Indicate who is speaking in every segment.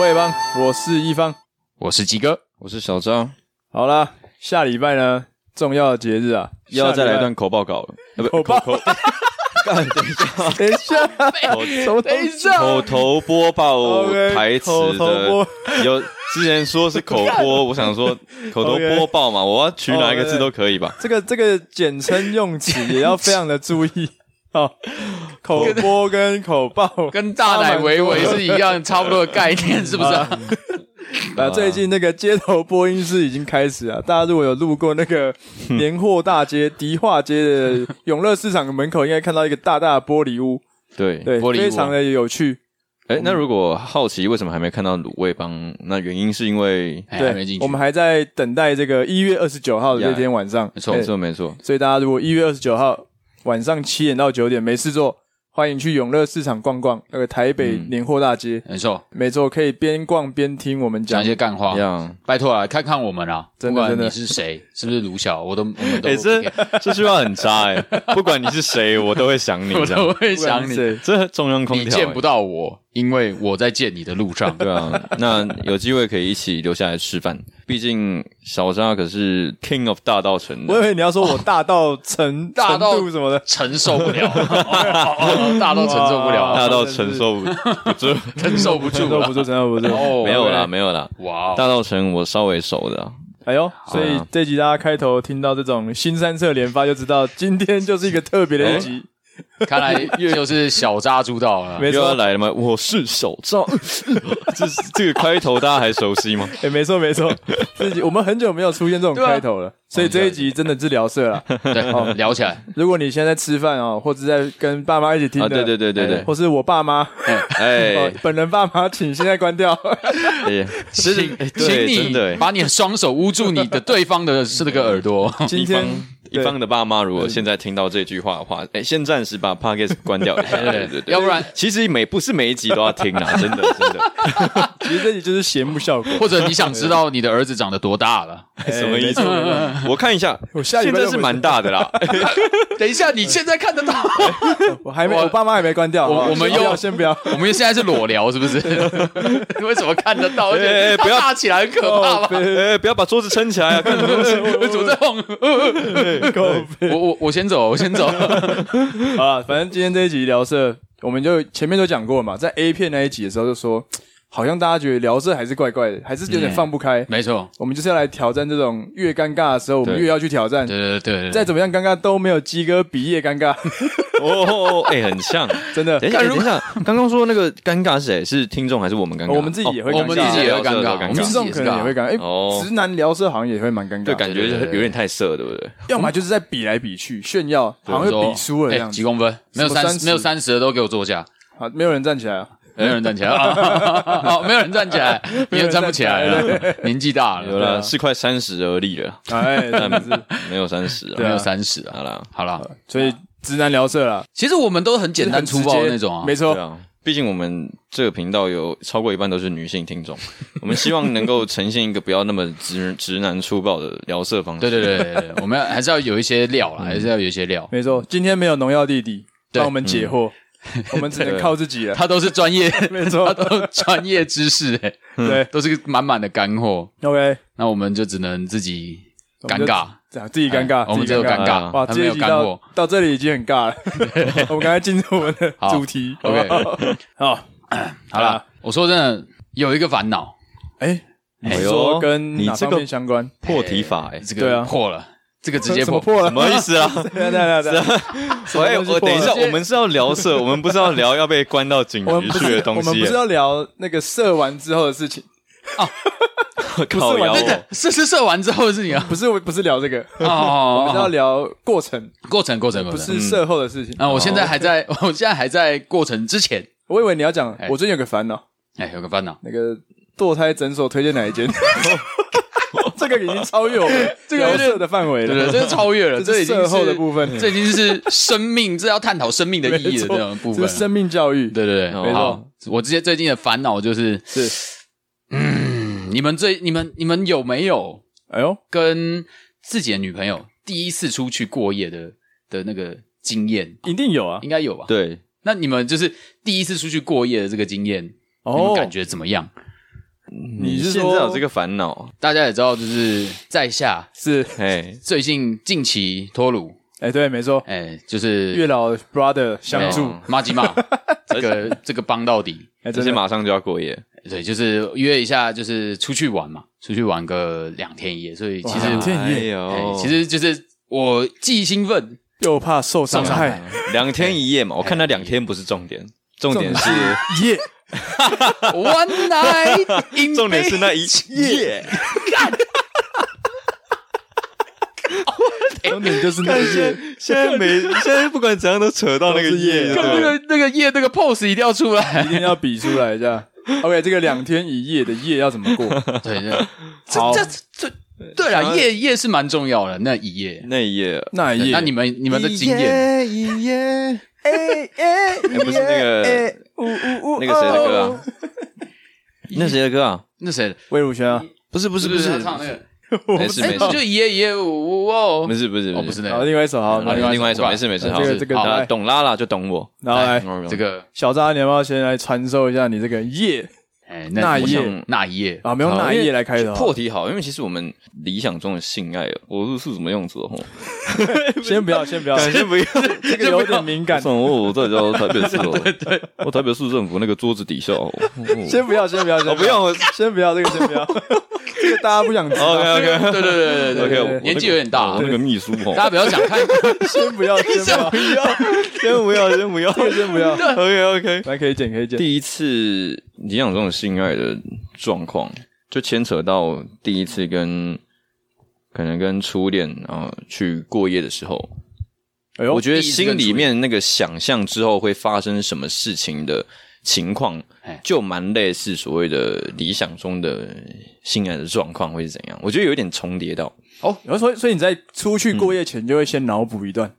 Speaker 1: 位帮，我是一方。
Speaker 2: 我是鸡哥，
Speaker 3: 我是小张，
Speaker 1: 好啦，下礼拜呢，重要的节日啊，
Speaker 3: 又要再来一
Speaker 1: 下礼
Speaker 3: 段口报稿了，啊不
Speaker 1: 口报
Speaker 3: 口
Speaker 1: 拜。等一下，什么等一下
Speaker 3: 口头播报
Speaker 1: OK，
Speaker 3: 台词
Speaker 1: 口头播
Speaker 3: 的， 有之前说是口播，我想说口头
Speaker 1: OK
Speaker 3: 播报嘛，我要取哪一个字都可以吧。
Speaker 1: 这个这个简称用词也要非常的注 意哦。口播跟口报，
Speaker 2: 跟大奶维维是一样差不多的概念，是 不是、啊？
Speaker 1: 啊，最近那个街头播音室已经开始啊，大家如果有路过那个年货大街、迪化街的永乐市场的门口，应该看到一个大大的玻璃屋，
Speaker 3: 对，
Speaker 1: 对，
Speaker 2: 玻璃屋啊
Speaker 1: 非常的有趣。
Speaker 3: 哎，那如果好奇为什么还没看到卤味帮，那原因是因为
Speaker 2: 哎还没
Speaker 1: 对
Speaker 2: 进，去
Speaker 1: 我们还在等待这个一月二十九号的这天晚上，
Speaker 3: 没错
Speaker 1: 对
Speaker 3: 没错没错，
Speaker 1: 所以大家如果一月二十九号晚上七点到九点没事做，欢迎去永乐市场逛逛，那个台北
Speaker 2: 嗯
Speaker 1: 年货大街，
Speaker 2: 没错，
Speaker 1: 没错，可以边逛边听我们
Speaker 2: 哎讲
Speaker 1: 讲
Speaker 2: 一。些干话
Speaker 3: 一。样。
Speaker 2: 拜托啊，看看我们啊，
Speaker 1: 真的
Speaker 2: 不管
Speaker 1: 真的
Speaker 2: 你是谁，是不是卢晓，我都我们都
Speaker 3: 哎，这这句话很渣 哎，不管你是谁，我都会想你
Speaker 2: 我
Speaker 3: 这
Speaker 2: 都
Speaker 3: 样。
Speaker 2: 会
Speaker 1: 不管
Speaker 2: 想
Speaker 1: 是
Speaker 2: 你。
Speaker 1: 谁
Speaker 3: 这中央空
Speaker 2: 你
Speaker 3: 调，
Speaker 2: 见不
Speaker 3: 到。
Speaker 2: 到我，因为我在见你的路 上。
Speaker 3: 对啊，那有机会可以一起留下来吃饭，毕竟小张可是 King of 大道城
Speaker 1: 我以
Speaker 3: 的。
Speaker 1: 为你要说我大到程
Speaker 2: 大
Speaker 1: 程
Speaker 2: 到
Speaker 1: 度什么的，
Speaker 2: 承受不 了，大都承受不
Speaker 1: 哇
Speaker 2: 了，啊
Speaker 3: 大道承受不不住，
Speaker 2: 承受不住
Speaker 1: 承受不
Speaker 2: 了。
Speaker 1: 住，承受不住。
Speaker 2: 哦
Speaker 3: 没有啦，，没有啦。
Speaker 2: 哇哦，
Speaker 3: 大道城我稍微熟的啊，
Speaker 1: 哎呦，所以
Speaker 3: 啊
Speaker 1: 这集大家开头听到这种新三色连发，就知道今天就是一个特别的一集。
Speaker 2: 看来就是小渣猪到了。
Speaker 1: 没
Speaker 3: 又要
Speaker 1: 错，
Speaker 3: 来了吗？我是小赵， 这是这个开头大家还熟悉吗？
Speaker 1: 哎，没错没错，这集我们很久没有出现这种
Speaker 2: 对啊
Speaker 1: 开头了，所以这一集真的是聊色了。哦
Speaker 2: 对，聊起来，
Speaker 1: 如果你现在在吃饭哦，或者在跟爸妈一起听的，
Speaker 3: 啊对对对对对
Speaker 1: 或是我爸妈，
Speaker 3: 哎，
Speaker 1: 哦本人爸妈，请现在关掉。
Speaker 3: 哎呀，
Speaker 2: 请
Speaker 3: 哎对
Speaker 2: 请
Speaker 3: 真的
Speaker 1: 欸
Speaker 2: 你
Speaker 3: 哎
Speaker 2: 把你的双手捂住你的对方的是那个耳朵。
Speaker 1: 今天
Speaker 3: 一方的爸妈如果现在听到这句话的话，哎，先暂时把 podcast 关掉一下，对对对，
Speaker 2: 要不 然
Speaker 3: 其实每不是每一集都要听啊，真的真的，
Speaker 1: 其实这集就是节目效果，
Speaker 2: 或者你想知道你的儿子长得多大了？
Speaker 3: 什么意思
Speaker 1: 哎？没错没错
Speaker 3: 我看一下，
Speaker 1: 我下礼
Speaker 3: 现
Speaker 1: 拜
Speaker 3: 在
Speaker 1: 就回
Speaker 3: 是蛮大的啦，
Speaker 2: 等一下，你现在看得到？
Speaker 1: 我还没，
Speaker 2: 我
Speaker 1: 我爸妈还没关掉。好
Speaker 2: 我
Speaker 1: 不好
Speaker 2: 我
Speaker 1: 先
Speaker 2: 们
Speaker 1: 不要
Speaker 2: 又
Speaker 1: 先不要，
Speaker 2: 我们现在是裸聊，是不 是？为什么看得到？而
Speaker 3: 哎
Speaker 2: 且
Speaker 3: 哎不要
Speaker 2: 他大起来很可怕吧？
Speaker 3: 哎、不要把桌子撑起来啊！看什么东西？
Speaker 2: 我怎么在晃？我我我先走，我先走。
Speaker 1: 啊，反正今天这一集聊色，我们就前面都讲过嘛，在 A 片那一集的时候就说，好像大家觉得聊色还是怪怪的，还是有点放不开。
Speaker 2: 没错，
Speaker 1: 我们就是要来挑战这种越尴尬的时候，我们
Speaker 3: 嗯对
Speaker 1: 越要去挑战。
Speaker 2: 对对对
Speaker 1: 再
Speaker 2: 对。
Speaker 1: 怎么样尴尬都没有鸡哥比夜尴尬，
Speaker 3: 哦哦哦，哎、很像。
Speaker 1: 真的。
Speaker 3: 等一下，等一下，刚刚说那个尴尬是谁？是听众还是我们尴尬？
Speaker 1: 我们自己也会
Speaker 2: 我
Speaker 1: 尴
Speaker 2: 们
Speaker 1: 尬，
Speaker 2: 自己也会尴尬，我们
Speaker 1: 听
Speaker 2: 自己
Speaker 1: 众
Speaker 2: 也
Speaker 1: 可
Speaker 2: 是
Speaker 1: 能也会
Speaker 2: 尬。
Speaker 1: 尴尬，
Speaker 3: 哦
Speaker 1: 哎，直男聊色好像也会蛮尴
Speaker 3: 对，
Speaker 1: 尬，
Speaker 3: 感觉有点太色，对不对？
Speaker 1: 要么就是在比来比去炫耀，好像
Speaker 2: 我
Speaker 1: 又
Speaker 2: 们
Speaker 1: 比
Speaker 2: 说
Speaker 1: 输了这
Speaker 2: 哎
Speaker 1: 样
Speaker 2: 几
Speaker 1: 子。
Speaker 2: 公分？没有
Speaker 1: 什么
Speaker 2: 三
Speaker 1: 30
Speaker 2: 十，没有三十的都给我坐下，
Speaker 1: 好，没有人站起来 啊，
Speaker 2: 没有人站起来。哦，没有人站起来，你也站不起来 啊了，年纪大了，
Speaker 3: 有了，啊是快三十而立了，
Speaker 2: 嗯
Speaker 1: 哎，真的是
Speaker 3: 没有三十
Speaker 2: 没
Speaker 3: 了。
Speaker 2: 有三十啊。
Speaker 3: 好啦，
Speaker 2: 好了，
Speaker 1: 所以直男聊色啦，
Speaker 2: 其实我们都很简单
Speaker 1: 很直
Speaker 2: 粗暴
Speaker 1: 接
Speaker 2: 的那种啊，
Speaker 1: 没
Speaker 3: 对
Speaker 1: 错，
Speaker 3: 啊，毕竟我们这个频道有超过一半都是女性听 众，我们希望能够呈现一个不要那么直直男粗暴的聊色方式。
Speaker 2: 对对对对对，我们要还是要有一些料
Speaker 1: 嗯
Speaker 2: 啦，还是要有一些料。
Speaker 1: 没错。今天没有农药弟弟
Speaker 2: 对
Speaker 1: 帮我们解惑， 我们只能靠自己了。
Speaker 2: 他都是专业，
Speaker 1: 没
Speaker 2: 他
Speaker 1: 错，
Speaker 2: 都是专业知识、欸，
Speaker 1: 对
Speaker 2: 都是满满的干货。
Speaker 1: ，OK，
Speaker 2: 那我们就只能自己
Speaker 1: 我
Speaker 2: 尴
Speaker 1: 们就
Speaker 2: 尬，
Speaker 1: 这样自己尴尬
Speaker 2: 哎，我们
Speaker 1: 自己
Speaker 2: 只有尴
Speaker 3: 尬
Speaker 1: 哇，
Speaker 2: 他没
Speaker 1: 这一
Speaker 2: 有
Speaker 1: 集
Speaker 2: 干
Speaker 1: 到
Speaker 2: 货。
Speaker 1: 到这里已经很尬 了。我们刚才进入我们的
Speaker 2: 好
Speaker 1: 主题
Speaker 2: OK
Speaker 1: 好不好好，
Speaker 2: 好了，我说真的，有一个烦恼，
Speaker 1: 哎，你
Speaker 3: 哎呦
Speaker 1: 说跟
Speaker 3: 你
Speaker 1: 哪
Speaker 3: 这
Speaker 1: 方
Speaker 3: 个
Speaker 1: 面相关？
Speaker 3: 破题法、哎、
Speaker 2: 这
Speaker 1: 对啊
Speaker 2: 个破了，这个直接
Speaker 1: 什么
Speaker 2: 破。
Speaker 1: 破
Speaker 3: 什
Speaker 1: 了？
Speaker 3: 么意 思啊？
Speaker 1: 对对对 对，什么
Speaker 3: 哎，
Speaker 1: 东西
Speaker 3: 我等一下，
Speaker 1: 破了
Speaker 3: 我们是要聊色，我们不是要聊要被关到警
Speaker 1: 我们
Speaker 3: 局
Speaker 1: 不
Speaker 3: 去
Speaker 1: 是
Speaker 3: 的东
Speaker 1: 我们
Speaker 3: 西
Speaker 1: 不是。要聊那个射完之后的事情，
Speaker 3: 靠
Speaker 1: 不是
Speaker 3: 腰
Speaker 1: 我
Speaker 2: 真
Speaker 3: 哦
Speaker 2: 的，是是射完之后的事情啊。
Speaker 1: 不是我不是聊这个，
Speaker 2: 哦
Speaker 1: 我们是要
Speaker 2: 哦，
Speaker 1: 聊过程，
Speaker 2: 哦过程过程过
Speaker 1: 不
Speaker 2: 程。
Speaker 1: 是哦射后的事情。啊
Speaker 2: 那我现在还在，我现在还在过程之前。
Speaker 1: 我以为你要讲，
Speaker 2: 哎
Speaker 1: 我最近有个烦恼，
Speaker 2: 哎，有个烦恼，
Speaker 1: 那个堕胎诊所推荐哪一 间？这个已经超越我们
Speaker 2: 这个有
Speaker 1: 聊
Speaker 2: 点
Speaker 1: 色的范围
Speaker 2: 对不对？
Speaker 1: 了，
Speaker 2: 这个超越了，
Speaker 1: 这
Speaker 2: 这
Speaker 1: 是
Speaker 2: 已经
Speaker 1: 售
Speaker 2: 是
Speaker 1: 后的部分
Speaker 2: 这已经是生命，这要探讨生命的意义的
Speaker 1: 没错
Speaker 2: 这种部分
Speaker 1: 这
Speaker 2: 了。
Speaker 1: 是生命教育。
Speaker 2: 对对
Speaker 3: 没
Speaker 2: 对，
Speaker 3: 错
Speaker 2: 好，我之前最近的烦恼就是，
Speaker 1: 是，
Speaker 2: 嗯，你们最你们你们有没有
Speaker 1: 哎呦，
Speaker 2: 跟自己的女朋友第一次出去过夜的的那个经验？
Speaker 1: 一定有啊。
Speaker 2: 应该有吧？
Speaker 3: 对，
Speaker 2: 那你们就是第一次出去过夜的这个经验，你
Speaker 1: 哦
Speaker 2: 们，感觉怎么样？
Speaker 3: 你
Speaker 1: 是
Speaker 3: 现
Speaker 1: 说
Speaker 3: 在有这个烦恼？
Speaker 2: 大家也知道，就是在下
Speaker 1: 是，
Speaker 3: 嘿，
Speaker 2: 最近近期脱鲁，
Speaker 1: 哎、对，没错，
Speaker 2: 哎，就是
Speaker 1: 月老 brother 相助，
Speaker 3: 嗯
Speaker 2: 马吉马这个这个帮到底。
Speaker 1: 哎、
Speaker 3: 这
Speaker 1: 真
Speaker 3: 些
Speaker 1: 的
Speaker 3: 马上就要过夜，
Speaker 2: 对，就是约一下，就是出去玩嘛，出去玩个两天一夜，所以其实
Speaker 1: 哇两天一夜
Speaker 3: 哎呦
Speaker 2: 哎其实就是我既兴奋，
Speaker 1: 又怕受伤哎
Speaker 2: 上
Speaker 1: 害，
Speaker 3: 哎两天一夜嘛，我看那两天不是重点，重点是
Speaker 1: 耶
Speaker 2: one night in
Speaker 3: 重点是那一夜，
Speaker 1: 重点就是那
Speaker 3: 现在
Speaker 1: 些
Speaker 3: 现在每现在不管怎样都扯到那个
Speaker 1: 都是夜
Speaker 3: 夜，
Speaker 2: Bed 那
Speaker 3: 对
Speaker 2: 个那个夜那个 pose 一定要出
Speaker 1: 一
Speaker 2: 来。
Speaker 1: 定要比出来一 下。OK，这个两天一夜的夜要怎么过？
Speaker 2: 对，对
Speaker 1: 好
Speaker 2: 这这这这对
Speaker 3: 想
Speaker 2: 了，
Speaker 3: 要
Speaker 2: 夜夜是蛮重要的那一夜。
Speaker 3: 那一夜，
Speaker 1: 那一夜，
Speaker 2: 那你们你
Speaker 3: 你
Speaker 2: 们的经验，
Speaker 3: 一夜，
Speaker 1: 哎哎，
Speaker 3: 哎不是那个
Speaker 1: 哎哦呜呜呜
Speaker 3: 那个谁的歌啊？那谁的歌啊？
Speaker 2: 那谁
Speaker 1: 魏如萱啊，
Speaker 3: 不是不
Speaker 2: 不
Speaker 3: 是不是
Speaker 2: 他，唱那个？
Speaker 3: 没事
Speaker 2: 哎
Speaker 3: 没
Speaker 2: 不就
Speaker 3: 事
Speaker 2: 一夜一夜五五哦，
Speaker 3: 没事不是
Speaker 2: 哦不是那
Speaker 1: 好，
Speaker 2: 个
Speaker 1: 另外一首好，
Speaker 2: 好
Speaker 1: 那
Speaker 3: 另
Speaker 2: 哦另
Speaker 3: 外
Speaker 2: 外
Speaker 3: 一
Speaker 2: 一
Speaker 3: 首
Speaker 2: 首
Speaker 3: 没事没事，
Speaker 1: 这
Speaker 3: 好，
Speaker 1: 个这个
Speaker 3: 好
Speaker 1: 来哎
Speaker 3: 懂拉拉就懂我，
Speaker 1: 然后来
Speaker 2: 这个
Speaker 1: 小扎，你要不要先来传授一下你这个夜
Speaker 2: 哎
Speaker 1: 那一夜
Speaker 2: 我想那一夜
Speaker 1: 啊？没有
Speaker 3: 好
Speaker 1: 那一夜来开头，
Speaker 3: 破题好，因为其实我们理想中的性爱，我是是怎么样子的吼？
Speaker 1: 先不要，先不要，
Speaker 3: 先不要，
Speaker 1: 这个有点敏感，
Speaker 3: 算了 我我在家台北市哦， 我台北市政府那个桌子底下 哦。
Speaker 1: 先不要，先不要，先
Speaker 3: 我不用我
Speaker 1: 先不要这个，先不 要，这个大家不想知道，
Speaker 3: OK
Speaker 2: 对
Speaker 3: OK
Speaker 2: 对对对对
Speaker 3: OK，
Speaker 2: 对
Speaker 3: 哦我
Speaker 2: 对，
Speaker 3: 那个
Speaker 2: 年纪有点大
Speaker 3: 我
Speaker 2: 啊
Speaker 3: 那，个秘书
Speaker 2: 大家
Speaker 3: 哦，
Speaker 2: 不要想看，
Speaker 1: 先不要，先不要，
Speaker 3: 先不 要先不要
Speaker 1: 这个先不要，
Speaker 3: OK OK。
Speaker 1: 来可以剪，可以剪，
Speaker 3: 第一次理想中的性爱的状况，就牵扯到第一次跟可能跟初恋然后去过夜的时候，
Speaker 1: 哎呦
Speaker 3: 我觉得
Speaker 2: 第一次跟
Speaker 3: 心里
Speaker 2: 初
Speaker 3: 面那个想象之后会发生什么事情的情况
Speaker 2: 哎，
Speaker 3: 就蛮类似所谓的理想中的性爱的状况会是怎样？我觉得有一点重叠到。
Speaker 1: 然后所以所以你在出
Speaker 3: 嗯
Speaker 1: 去过夜前就会先脑补一段，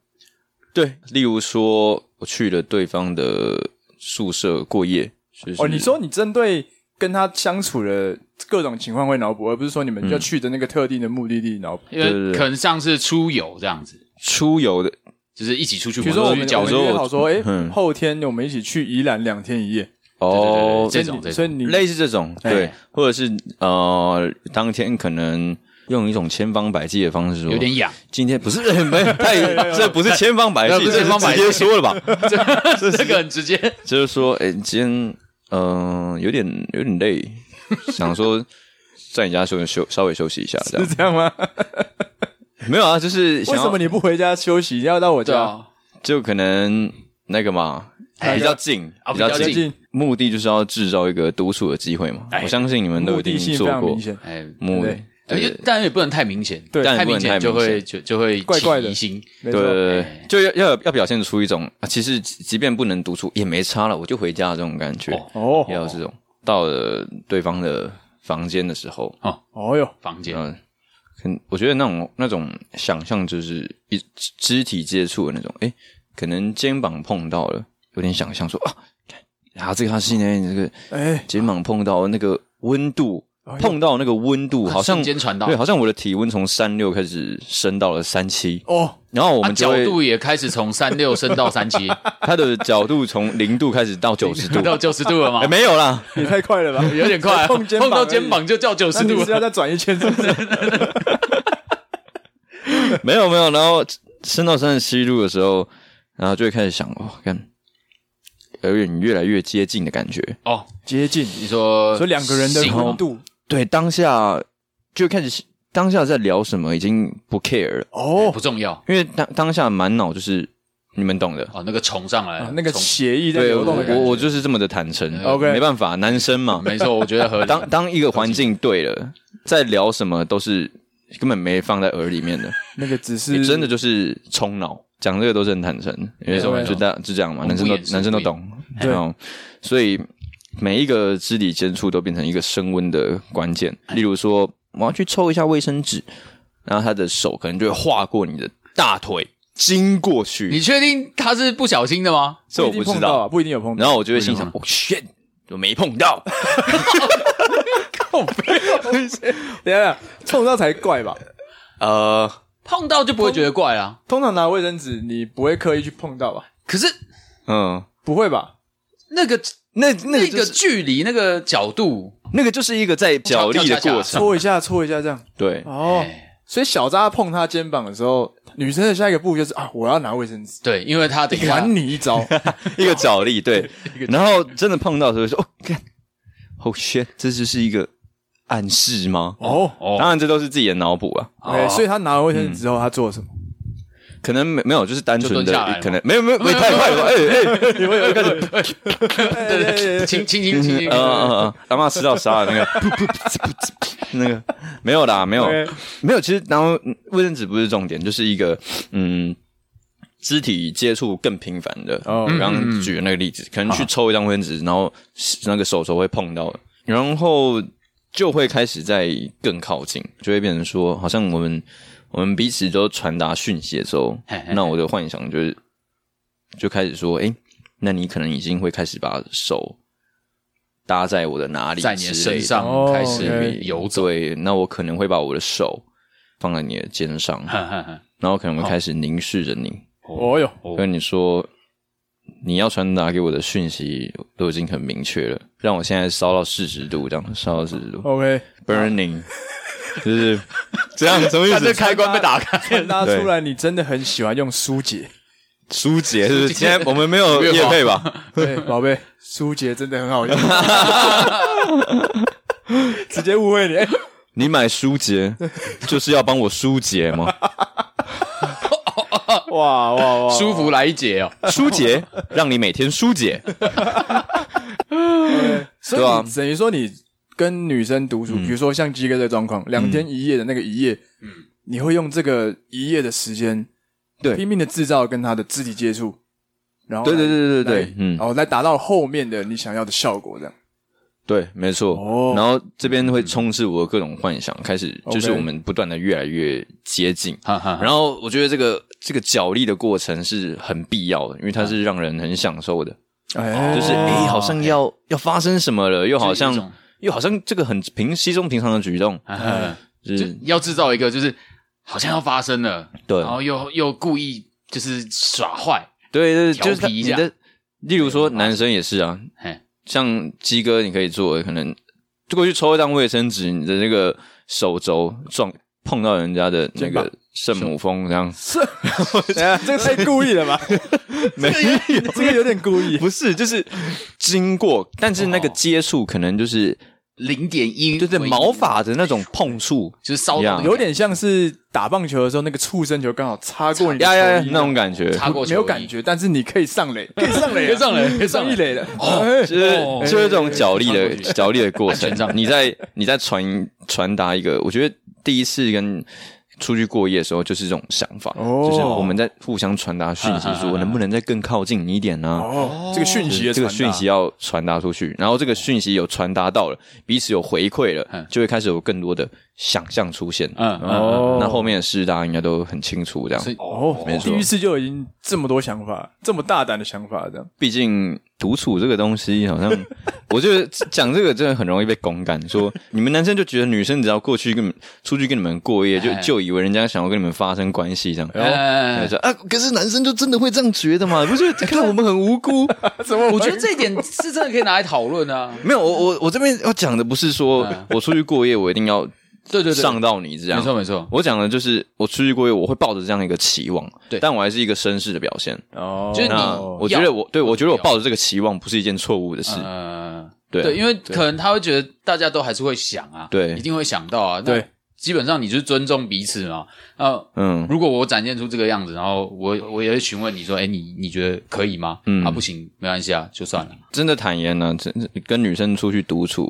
Speaker 3: 对，例如说我去了对方的宿舍过夜，就是
Speaker 1: 哦，你说你针对跟他相处的各种情况会脑补，而不是说你们
Speaker 3: 嗯
Speaker 1: 要去的那个特定的目的地脑补。
Speaker 2: 因
Speaker 3: 对对
Speaker 2: 为
Speaker 3: 对
Speaker 2: 可能像是出游这样子，
Speaker 3: 出游的，
Speaker 2: 就是一起出去
Speaker 1: 比
Speaker 2: 玩，
Speaker 1: 如说我
Speaker 2: 出
Speaker 1: 们
Speaker 2: 去
Speaker 1: 我
Speaker 2: 郊
Speaker 1: 们
Speaker 2: 游
Speaker 1: 约好说，哎
Speaker 3: 嗯，
Speaker 1: 后天我们一起去宜兰两天一夜，
Speaker 3: 哦，
Speaker 2: 对对对对这
Speaker 1: 所以
Speaker 2: 种
Speaker 1: 你所以你
Speaker 3: 类似这种，
Speaker 1: 哎
Speaker 3: 对，或者是呃，当天可能用一种千方百计的方式说，
Speaker 2: 有点痒，
Speaker 3: 今天不是 没有太，这不是千方百
Speaker 2: 那
Speaker 3: 计，
Speaker 2: 不是
Speaker 3: 这
Speaker 2: 千方百计
Speaker 3: 直接说了吧，
Speaker 2: 这这个很直 接，
Speaker 3: 就是说，哎，今天嗯、呃有点有点累，想说在你家休休稍微休息一下，
Speaker 1: 是
Speaker 3: 这样
Speaker 1: 这样吗？
Speaker 3: 没有啊，就是想
Speaker 1: 为
Speaker 3: 要
Speaker 1: 什么你不回家休息，一定要到我
Speaker 2: 对
Speaker 1: 家？
Speaker 2: 啊，
Speaker 3: 就可能那个嘛，
Speaker 2: 哎
Speaker 3: 比较近，
Speaker 2: 啊
Speaker 3: 较
Speaker 2: 比较
Speaker 3: 近，
Speaker 1: 哦近，
Speaker 3: 目的就是要制造一个独处的机会嘛。
Speaker 2: 哎
Speaker 3: 我相信你们都
Speaker 1: 目
Speaker 3: 一
Speaker 1: 的
Speaker 3: 定
Speaker 1: 性非
Speaker 3: 做
Speaker 1: 常
Speaker 3: 过
Speaker 1: 明，显。
Speaker 2: 哎，
Speaker 3: 目
Speaker 1: 对
Speaker 3: 的
Speaker 1: 不
Speaker 2: 而且但也不能太明显，
Speaker 1: 对
Speaker 2: 太明
Speaker 3: 但
Speaker 2: 显
Speaker 3: 也不能太
Speaker 2: 就
Speaker 3: 明显
Speaker 2: 会就就会
Speaker 1: 怪怪的
Speaker 2: 起疑心，
Speaker 1: 没错
Speaker 3: 对对，对
Speaker 2: 哎
Speaker 3: 对，就要要要表现出一种啊，其实即即便不能独处也没差了，我就回家的这种感觉，
Speaker 2: 哦
Speaker 1: 哦
Speaker 3: 要有这种到了对方的房间的时候，
Speaker 1: 哦哟，
Speaker 2: 房间
Speaker 3: 嗯。很，我觉得那种那种想象就是一肢肢体接触的那种，哎，可能肩膀碰到了，有点想象说啊，然后这个他现在这个
Speaker 1: 哎，
Speaker 3: 肩膀碰到那个温度，碰到那个温度，好像
Speaker 2: 瞬间传到
Speaker 3: 对，好像我的体温从三六开始升到了三七，
Speaker 1: 哦，
Speaker 3: 然后我
Speaker 2: 啊
Speaker 3: 们就
Speaker 2: 角
Speaker 3: 会
Speaker 2: 度也开始从三六升到三七，
Speaker 3: 它的角度从零度开始到九十度，
Speaker 2: 到九十度了
Speaker 3: 哎，
Speaker 2: 吗？
Speaker 3: 没有啦，
Speaker 1: 也太快 了吧，
Speaker 2: 有点快啊，
Speaker 1: 碰肩膀
Speaker 2: 碰到肩膀就叫九
Speaker 1: 而
Speaker 2: 十
Speaker 3: 啊
Speaker 1: 已，那
Speaker 2: 度
Speaker 1: 你是要
Speaker 2: 了，
Speaker 1: 再转一圈，是不是？
Speaker 3: 没有没有，然后升到三十七度的时候，然后就会开始想，哦，看有点越来越接近的感觉，
Speaker 2: 哦，
Speaker 1: 接近，
Speaker 2: 你说
Speaker 3: 呃
Speaker 1: 所以两个人的
Speaker 2: 形容
Speaker 1: 温度
Speaker 3: 对，当下就开始当下在聊什么已经不 care 了，
Speaker 1: 哦，
Speaker 2: 不重要
Speaker 3: 因为当当下满脑就是你们懂的，
Speaker 2: 哦，那个冲上来
Speaker 1: 啊
Speaker 2: 了
Speaker 1: 那个
Speaker 2: 冲
Speaker 1: 血液在
Speaker 3: 对我
Speaker 1: 流动的感
Speaker 3: 我
Speaker 1: 觉，
Speaker 3: 我就是这么的坦诚
Speaker 1: OK
Speaker 3: 没办法，男生嘛，
Speaker 2: 没错，我觉 得合理。
Speaker 3: 当当一个环境对了，在聊什么都是根本没放在耳里面的，
Speaker 1: 那个只是
Speaker 3: 你真的就是冲脑。讲这个都是很坦诚，因为
Speaker 1: 对
Speaker 3: 就大就这样嘛，
Speaker 2: 我们
Speaker 3: 男生都
Speaker 2: 不掩饰
Speaker 3: 男生都
Speaker 2: 不掩
Speaker 3: 懂，
Speaker 1: 对
Speaker 3: 然后所以每一个肢体接触都变成一个升温的关键。例如说，我要去抽一下卫生纸，然后他的手可能就会划过你的大腿，经过
Speaker 2: 你
Speaker 3: 去，
Speaker 2: 确定他是不小心的吗？
Speaker 3: 这我
Speaker 1: 一定
Speaker 3: 不
Speaker 1: 碰
Speaker 3: 知
Speaker 1: 到
Speaker 3: 道
Speaker 1: 啊，。不一定有碰到。啊
Speaker 3: 然后我就会心想，我，Oh shit，我没碰到，
Speaker 1: 哦等一下，碰到才怪吧？
Speaker 3: 呃，
Speaker 2: 碰到就不会觉得怪啊啦。
Speaker 1: 通常拿卫生纸，你不会刻意去碰到吧？
Speaker 2: 可是
Speaker 3: 嗯，
Speaker 1: 不会吧？
Speaker 2: 那个
Speaker 3: 那那个
Speaker 2: 那
Speaker 3: 就
Speaker 2: 个
Speaker 3: 是
Speaker 2: 距离、那个角度，
Speaker 3: 那个就是一个在角力的
Speaker 2: 跳跳下
Speaker 3: 过程，
Speaker 1: 搓一下，搓一下这样。
Speaker 3: 对，
Speaker 1: 哦，
Speaker 2: 哎
Speaker 1: 所以小扎碰他肩膀的时候，女生的下一个步就是啊，我要拿卫生纸，
Speaker 2: 对，因为他等一下
Speaker 1: 还你一 招。
Speaker 3: 一个角力，对。然后真的碰到的时候就说，哦，看，哦天，这就是一个暗示吗？
Speaker 1: 哦
Speaker 2: 哦
Speaker 3: 当然，这都是自己的脑补啊，
Speaker 1: ，OK，所以他拿了卫生
Speaker 3: 嗯
Speaker 1: 纸之后，他做了什么？
Speaker 3: 可能没没有，就是单纯
Speaker 2: 就蹲下来
Speaker 3: 的
Speaker 2: 了，
Speaker 3: 可能没有没有没
Speaker 2: 没
Speaker 3: 有
Speaker 2: 有
Speaker 3: 太快了，哎哎，
Speaker 1: 你会有一个
Speaker 2: 对对对，轻轻轻轻轻
Speaker 3: 嗯，嗯嗯，阿妈吃到啥那个噗噗噗噗噗噗那个没有啦，没有
Speaker 1: OK
Speaker 3: 没有。其实然后嗯卫生纸不是重点，就是一个嗯。肢体接触更频繁的，
Speaker 1: 哦
Speaker 3: 我刚
Speaker 2: 嗯
Speaker 3: 刚举的那个例子，可能去抽一张卫生纸，然后那个手手会碰到，然后就会开始在更靠近，就会变成说，好像我们我们彼此都传达讯息的时候
Speaker 2: 嘿嘿，嘿
Speaker 3: 那我的幻想就是就开始说，哎、那你可能已经会开始把手搭在我的哪里之
Speaker 2: 在
Speaker 3: 类的，
Speaker 2: 你的身
Speaker 1: 哦
Speaker 2: 上
Speaker 1: ，OK
Speaker 2: 开
Speaker 3: 对
Speaker 2: 始 游走，
Speaker 3: 呃对，那我可能会把我的手放在你的肩上，
Speaker 2: 哈哈哈
Speaker 3: 然后可能会开始凝视着你，
Speaker 1: 哦哟，
Speaker 2: 哦
Speaker 3: 跟你说你要传达给我的讯息都已经很明确了，让我现在烧到四十度，这样烧到四十度、
Speaker 1: ，OK，
Speaker 3: b u r n i n g 就是这样，什么意
Speaker 2: 他
Speaker 3: 思
Speaker 2: 这？ 开关被打 开，
Speaker 1: 看拉出来，你真的很喜欢用疏 解。
Speaker 3: 疏解是不是？
Speaker 2: 疏解
Speaker 3: 今天我们没有
Speaker 2: 没有
Speaker 3: 夜配 吧？
Speaker 1: 对，哎宝贝，疏解真的很 好用，直接误会你。哎
Speaker 3: 你买舒洁就是要帮我疏解 吗？
Speaker 1: 哇哇哇！
Speaker 2: 舒服来一截哦，
Speaker 3: 疏解，让你每天疏解。
Speaker 1: 所
Speaker 3: 对啊
Speaker 1: 以
Speaker 3: 嗯
Speaker 1: 你等于说你跟女生独处，比如说像鸡哥这个状况，两天一夜的那个一夜，你会用这个一夜的时间，
Speaker 3: 对
Speaker 1: 拼命的制造跟她的肢体接触，然后
Speaker 3: 对对
Speaker 1: 来
Speaker 3: 对对对对
Speaker 1: 来，
Speaker 3: 嗯
Speaker 1: 然，后来达到后面的你想要的效果，这样。
Speaker 3: 对，没错。
Speaker 1: 哦
Speaker 3: 然后这边会充斥我的各种幻想，开始就是
Speaker 1: OK
Speaker 3: 我们不断的越来越接近。
Speaker 2: 哈哈哈
Speaker 3: 然后我觉得这个这个角力的过程是很必要的，因为它是让人很享受的，
Speaker 1: 哎，
Speaker 3: 就是诶，好像要、要发生什么了，又
Speaker 2: 就是有
Speaker 3: 好
Speaker 2: 一
Speaker 3: 像
Speaker 2: 种
Speaker 3: 又好像这个很平稀松平常的举动，
Speaker 2: 哈
Speaker 1: 嗯
Speaker 2: 哈
Speaker 3: 就
Speaker 2: 就是要制造一个就是好像要发生了，
Speaker 3: 对
Speaker 2: 然后又又故意就是耍坏，
Speaker 3: 对对，
Speaker 2: 调
Speaker 3: 就是它
Speaker 2: 皮一
Speaker 3: 你
Speaker 2: 下
Speaker 3: 的，例如说男生也是啊，
Speaker 2: 嘿，
Speaker 3: 像鸡哥，你可以做的可能就过去抽一张卫生纸，你的那个手肘撞碰到人家的那
Speaker 1: 肩膀
Speaker 3: 个圣母峰，这 样
Speaker 1: 是，
Speaker 3: 哎
Speaker 1: 等一下 这个太故意了 吧？
Speaker 3: 没有，
Speaker 1: 这个有点故意。
Speaker 3: 不是，就是经过，但是
Speaker 2: 哦
Speaker 3: 那个接触可能就是
Speaker 2: 零点一，
Speaker 3: 就是毛，发的那种碰触，
Speaker 2: 就是骚动的
Speaker 3: Yeah
Speaker 1: 有点像是打棒球的时候，那个触身球刚好擦过你的
Speaker 3: 呀呀呀
Speaker 1: 球衣，
Speaker 3: 那种感觉，
Speaker 2: 擦过
Speaker 1: 没有
Speaker 2: 球衣
Speaker 1: 感，觉，但是你可以上垒，可以上垒啊，
Speaker 2: 可以上垒可以上
Speaker 1: 上
Speaker 2: 垒
Speaker 1: 一垒的。哎
Speaker 3: 就是
Speaker 2: 哦
Speaker 3: 就是这种角力的
Speaker 2: 哎哎哎
Speaker 3: 角力的过程
Speaker 2: 安全，上
Speaker 3: 你在你在传传达一个，我觉得第一次跟。出去过夜的时候就是这种想法，
Speaker 1: 哦
Speaker 3: 就是我们在互相传达讯息
Speaker 2: 啊啊，啊
Speaker 3: 说能不能再更靠近你一点呢、
Speaker 1: 哦，这个讯息的
Speaker 3: 这个
Speaker 1: 传达
Speaker 3: 讯息要传达出去，然后这个讯息有传达到了，彼此有回馈了
Speaker 2: 嗯，
Speaker 3: 就会开始有更多的想象出现。
Speaker 2: 嗯嗯
Speaker 1: 哦
Speaker 3: 那后面的事大家应该都很清楚，这样
Speaker 2: 所。以
Speaker 1: 哦
Speaker 3: 没，错
Speaker 1: 第一次就已经这么多想法，这么大胆的想法，这样
Speaker 3: 毕竟独处这个东西，好 像我觉得讲这个真的很容易被公干，说你们男生就觉得女生只要过去跟你们出去跟你们过夜，就
Speaker 2: 哎
Speaker 3: 就以为人家想要跟你们发生关系这样。
Speaker 2: 哎
Speaker 3: 然后说啊，可是男生就真的会这样觉得 嘛？不是？看我们很无辜。
Speaker 2: 呃我觉得这一点是真的可以拿来讨论啊。
Speaker 3: 没有，我我我这边要讲的不是说
Speaker 2: 嗯
Speaker 3: 我出去过夜，我一定要
Speaker 2: 对对对，
Speaker 3: 上到你这样
Speaker 2: 没。错没错，
Speaker 3: 我讲的就是我出去过夜，我会抱着这样一个期望，
Speaker 2: 对
Speaker 3: 但我还是一个绅士的表现。
Speaker 1: 哦
Speaker 2: 就是你
Speaker 3: 那
Speaker 2: 哦
Speaker 3: 我觉得我对我觉得我
Speaker 2: 要
Speaker 3: 抱着这个期望不是一件错误的事，
Speaker 2: 呃，
Speaker 3: 对啊
Speaker 2: 对，因为可能他会觉得大家都还是会想啊，
Speaker 3: 对
Speaker 2: 一定会想到啊，那
Speaker 1: 对。
Speaker 2: 基本上你就是尊重彼此嘛。那
Speaker 3: 嗯，
Speaker 2: 如果我展现出这个样子，然后我我也会询问你说，哎，你你觉得可以吗？
Speaker 3: 嗯
Speaker 2: 啊，不行，没关系啊，就算了。
Speaker 3: 真的坦言呢、真跟女生出去独处，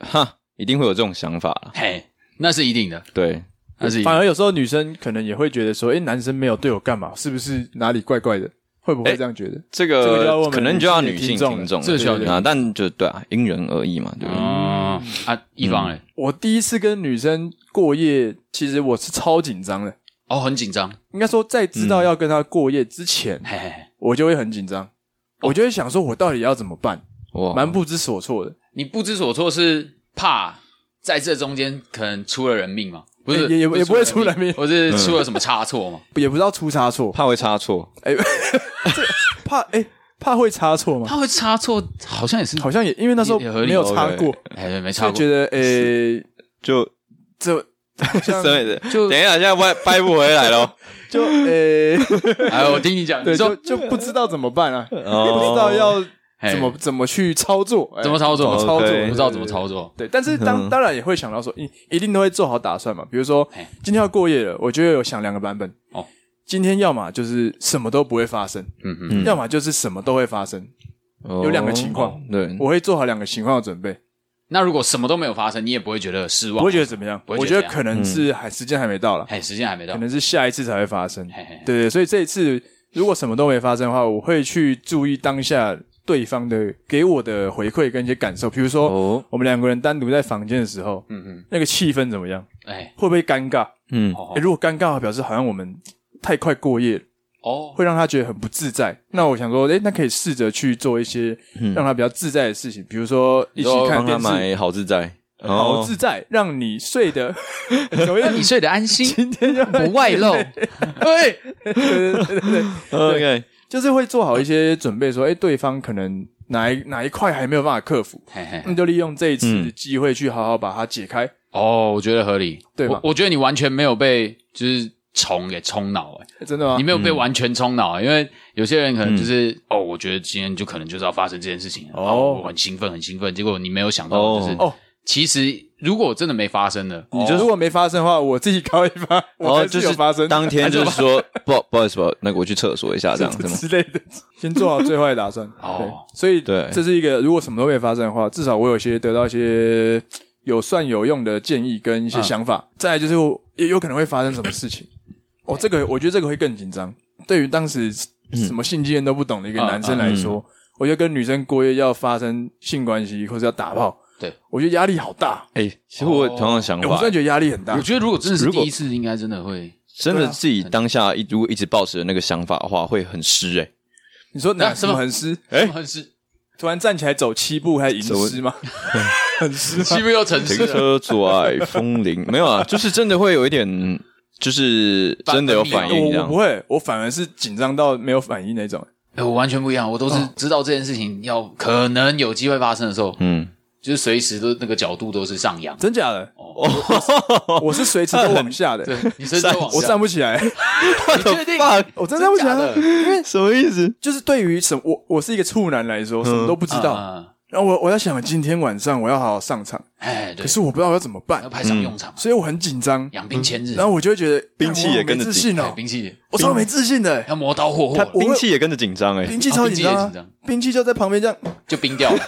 Speaker 3: 哈，一定会有这种想法啦。
Speaker 2: 嘿，那是一定的，
Speaker 3: 对，
Speaker 2: 那是一定
Speaker 1: 反
Speaker 2: 的。
Speaker 1: 而有时候女生可能也会觉得说，哎，男生没有对我干嘛，是不是哪里怪怪的？会不会这样觉得？这
Speaker 3: 这
Speaker 1: 个就要问
Speaker 3: 个
Speaker 1: 我们
Speaker 3: 可能就要女
Speaker 1: 女性的听
Speaker 3: 性
Speaker 1: 众
Speaker 3: 听众
Speaker 2: 这个需要
Speaker 3: 对啊，但就对啊，因人而异嘛，对不对？
Speaker 2: 嗯啊，一方嘞，
Speaker 1: 我第一次跟女生过夜，其实我是超紧张的。
Speaker 2: 哦，很紧张，
Speaker 1: 应该说，在知道要跟她过夜之前，
Speaker 2: 嘿嘿，嘿
Speaker 1: 我就会很紧张，我就会想说，我到底要怎么办？
Speaker 2: 哦
Speaker 3: 哇，
Speaker 1: 蛮不知所措的，
Speaker 2: 你不知所措是怕在这中间可能出了人命嘛？不
Speaker 1: 也
Speaker 2: 是，
Speaker 1: 也也
Speaker 2: 是
Speaker 1: 不会出
Speaker 2: 人
Speaker 1: 人命
Speaker 2: 或是出了什么差错嘛？
Speaker 1: 也不知道出差错，
Speaker 3: 怕会差错，
Speaker 1: 怕哎、怕会插错嘛，
Speaker 2: 他会插错，好像也是，
Speaker 1: 好像也因为那时候
Speaker 2: 也合理
Speaker 1: 没有插过，
Speaker 2: 哎，对没
Speaker 1: 所
Speaker 2: 插
Speaker 1: 以觉
Speaker 2: 过，
Speaker 1: 得诶，
Speaker 3: 就
Speaker 1: 这好 像
Speaker 3: 对的，
Speaker 2: 就
Speaker 3: 等一下，现在掰掰不回来喽。
Speaker 1: 就 诶，
Speaker 2: 哎，我听你讲，你
Speaker 1: 对，就
Speaker 2: 说
Speaker 1: 就不知道怎么 办啊， 不
Speaker 3: 哦
Speaker 1: 知道要
Speaker 2: 哎
Speaker 1: 怎么怎么去操作，哎
Speaker 2: 怎么操作，嗯
Speaker 1: 怎么操作，
Speaker 3: OK
Speaker 2: 不知道怎么操作，
Speaker 1: 对，但是当当然也会想到说，一一定都会做好打算嘛。比如说
Speaker 2: 嘿
Speaker 1: 今天要过夜了，我觉得有想两个版本。
Speaker 2: 哦，
Speaker 1: 今天要么就是什么都不会发生，
Speaker 2: 嗯嗯，
Speaker 3: 嗯
Speaker 1: 要么就是什么都会发生。
Speaker 3: 有
Speaker 1: 有两个情况，
Speaker 3: 哦对，
Speaker 1: 我会做好两个情况的准备，
Speaker 2: 那如果什么都没有发生，你也不会觉得失望，
Speaker 1: 不会觉得怎么样。
Speaker 2: 不会
Speaker 1: 我
Speaker 2: 觉得
Speaker 1: 觉
Speaker 2: 怎
Speaker 1: 得
Speaker 2: 样嗯
Speaker 1: 可能是还时间还没到了，
Speaker 2: 哎，时间还没到
Speaker 1: 可，能是下一次才会发生。
Speaker 2: 嘿嘿，
Speaker 1: 对对，所以这一次如果什么都没发生的话，我会去注意当下对方的给我的回馈跟一些感受。比如说，
Speaker 3: 哦，
Speaker 1: 我们两个人单独在房间的时候，
Speaker 2: 嗯嗯，
Speaker 1: 那个气氛怎么样？
Speaker 2: 哎，
Speaker 1: 会不会尴尬？
Speaker 3: 嗯
Speaker 2: 哦
Speaker 1: 欸、如果尴尬，表示好像我们太快过夜了，
Speaker 2: 哦，
Speaker 1: 会让他觉得很不自在。那我想说，诶、那可以试着去做一些
Speaker 3: 嗯
Speaker 1: 让他比较自在的事情，比如说一起看
Speaker 3: 哦帮他
Speaker 1: 电视，
Speaker 3: 买好自在，
Speaker 1: 好
Speaker 3: 哦
Speaker 1: 自在，让你睡 的怎么样？
Speaker 2: 你睡得安心， 今天不外露，
Speaker 1: 对对对对对，
Speaker 3: 哦 OK，
Speaker 1: 就是会做好一些准备说、诶，哎对方可能哪一哪一块还没有办法克服，
Speaker 2: 嘿嘿
Speaker 1: 那，就利用这一次的
Speaker 3: 嗯
Speaker 1: 机会去好好把它解开。哎
Speaker 2: 哦，我觉得合理，
Speaker 1: 对吧
Speaker 2: 我我觉得你完全没有被就是虫给冲脑，哎。
Speaker 1: 真的吗
Speaker 2: 你？没有被完全冲脑、因为有些人可能就是、哦，我觉得今天就可能就是要发生这件事情，
Speaker 1: 嗯哦
Speaker 2: 然后我很兴奋，很兴奋，结果你没有想到，
Speaker 3: 哦
Speaker 2: 就是、
Speaker 1: 哦
Speaker 2: 其实如果真的没发生的，
Speaker 1: 你就哦如果没发生的话，我自己搞一发，
Speaker 3: 然
Speaker 1: 我
Speaker 3: 后
Speaker 1: 还
Speaker 3: 就是
Speaker 1: 有发生
Speaker 3: 当天就是说，不好不好意思，不好意思，那个我去厕所一下，这样子吗？
Speaker 1: 之类的，先做好最坏的打算。
Speaker 2: 哦
Speaker 1: 对，所以
Speaker 3: 对
Speaker 1: 这是一个如果什么都没发生的话，至少我有些得到一些有算有用的建议跟一
Speaker 2: 嗯
Speaker 1: 些想法。再来就是我也有可能会发生什么事情，哦，这个我觉得这个会更紧张。对于当时
Speaker 2: 嗯
Speaker 1: 什么性经验都不懂的一
Speaker 2: 啊
Speaker 1: 个男生来说，我觉得跟女生过夜要发生性关系或者要打炮，
Speaker 2: 对
Speaker 1: 我觉得压力好大。
Speaker 3: 哎，其实我有同样的想
Speaker 1: 欸我
Speaker 3: 法
Speaker 1: 真的，觉得压力很大
Speaker 2: 哦我。觉得如果真的是
Speaker 3: 如
Speaker 2: 第
Speaker 3: 果
Speaker 2: 一次，应该真的会
Speaker 3: 真
Speaker 1: 对
Speaker 3: 的
Speaker 1: 啊
Speaker 3: 自己当下一如果一直抱持着那个想法的话，会很湿哎。
Speaker 1: 你说哪
Speaker 2: 啊什
Speaker 1: 什
Speaker 2: 么
Speaker 1: 么很湿？
Speaker 3: 哎
Speaker 2: 很是
Speaker 1: 突然站起来走七步还吟
Speaker 3: 走
Speaker 1: 诗吗？很湿吗？
Speaker 2: 是不是啊又成事
Speaker 3: 停
Speaker 2: 了？
Speaker 3: 车坐爱枫林， 没有啊，就是真的会有一点，就是真的有反应这
Speaker 1: 啊我我
Speaker 3: 样
Speaker 1: 不。会，我反而是紧张到没有反应那种。
Speaker 2: 哎、我完全不一样，我都是
Speaker 1: 哦
Speaker 2: 知道这件事情要可能有机会发生的时候，
Speaker 3: 嗯，
Speaker 2: 就是随时都那个角度都是上扬。
Speaker 1: 真假的？
Speaker 2: 哦
Speaker 1: 我我我是随时都往下的，
Speaker 2: 对，你身体往
Speaker 1: 我
Speaker 2: 上，
Speaker 1: 站不起 来，
Speaker 2: 你确定？
Speaker 1: 我真的站不起
Speaker 2: 假的
Speaker 1: 来。因为
Speaker 3: 什么意思？
Speaker 1: 就是对于什我我是一个处男来说，什么都不知道。
Speaker 2: 啊，
Speaker 1: 然后我我在想，今天晚上我要好好上场，
Speaker 2: 哎、对
Speaker 1: 可，是我不知道要怎么
Speaker 2: 要
Speaker 1: 办，
Speaker 2: 派上用场，
Speaker 1: 所以我很紧张。
Speaker 2: 养兵千日，
Speaker 1: 然后我就会觉得，
Speaker 3: 兵器
Speaker 1: 干我
Speaker 3: 也跟着
Speaker 1: 好没自信
Speaker 2: 哎
Speaker 1: 哦，
Speaker 2: 兵器
Speaker 1: 我超没自信的，
Speaker 2: 要磨刀霍霍
Speaker 3: 他
Speaker 2: 了，
Speaker 3: 兵器也跟着紧张哎
Speaker 1: 兵器超紧张
Speaker 2: 啊兵器也紧
Speaker 1: 啊
Speaker 2: 张，
Speaker 1: 兵器就在旁边这样，
Speaker 2: 就冰掉了。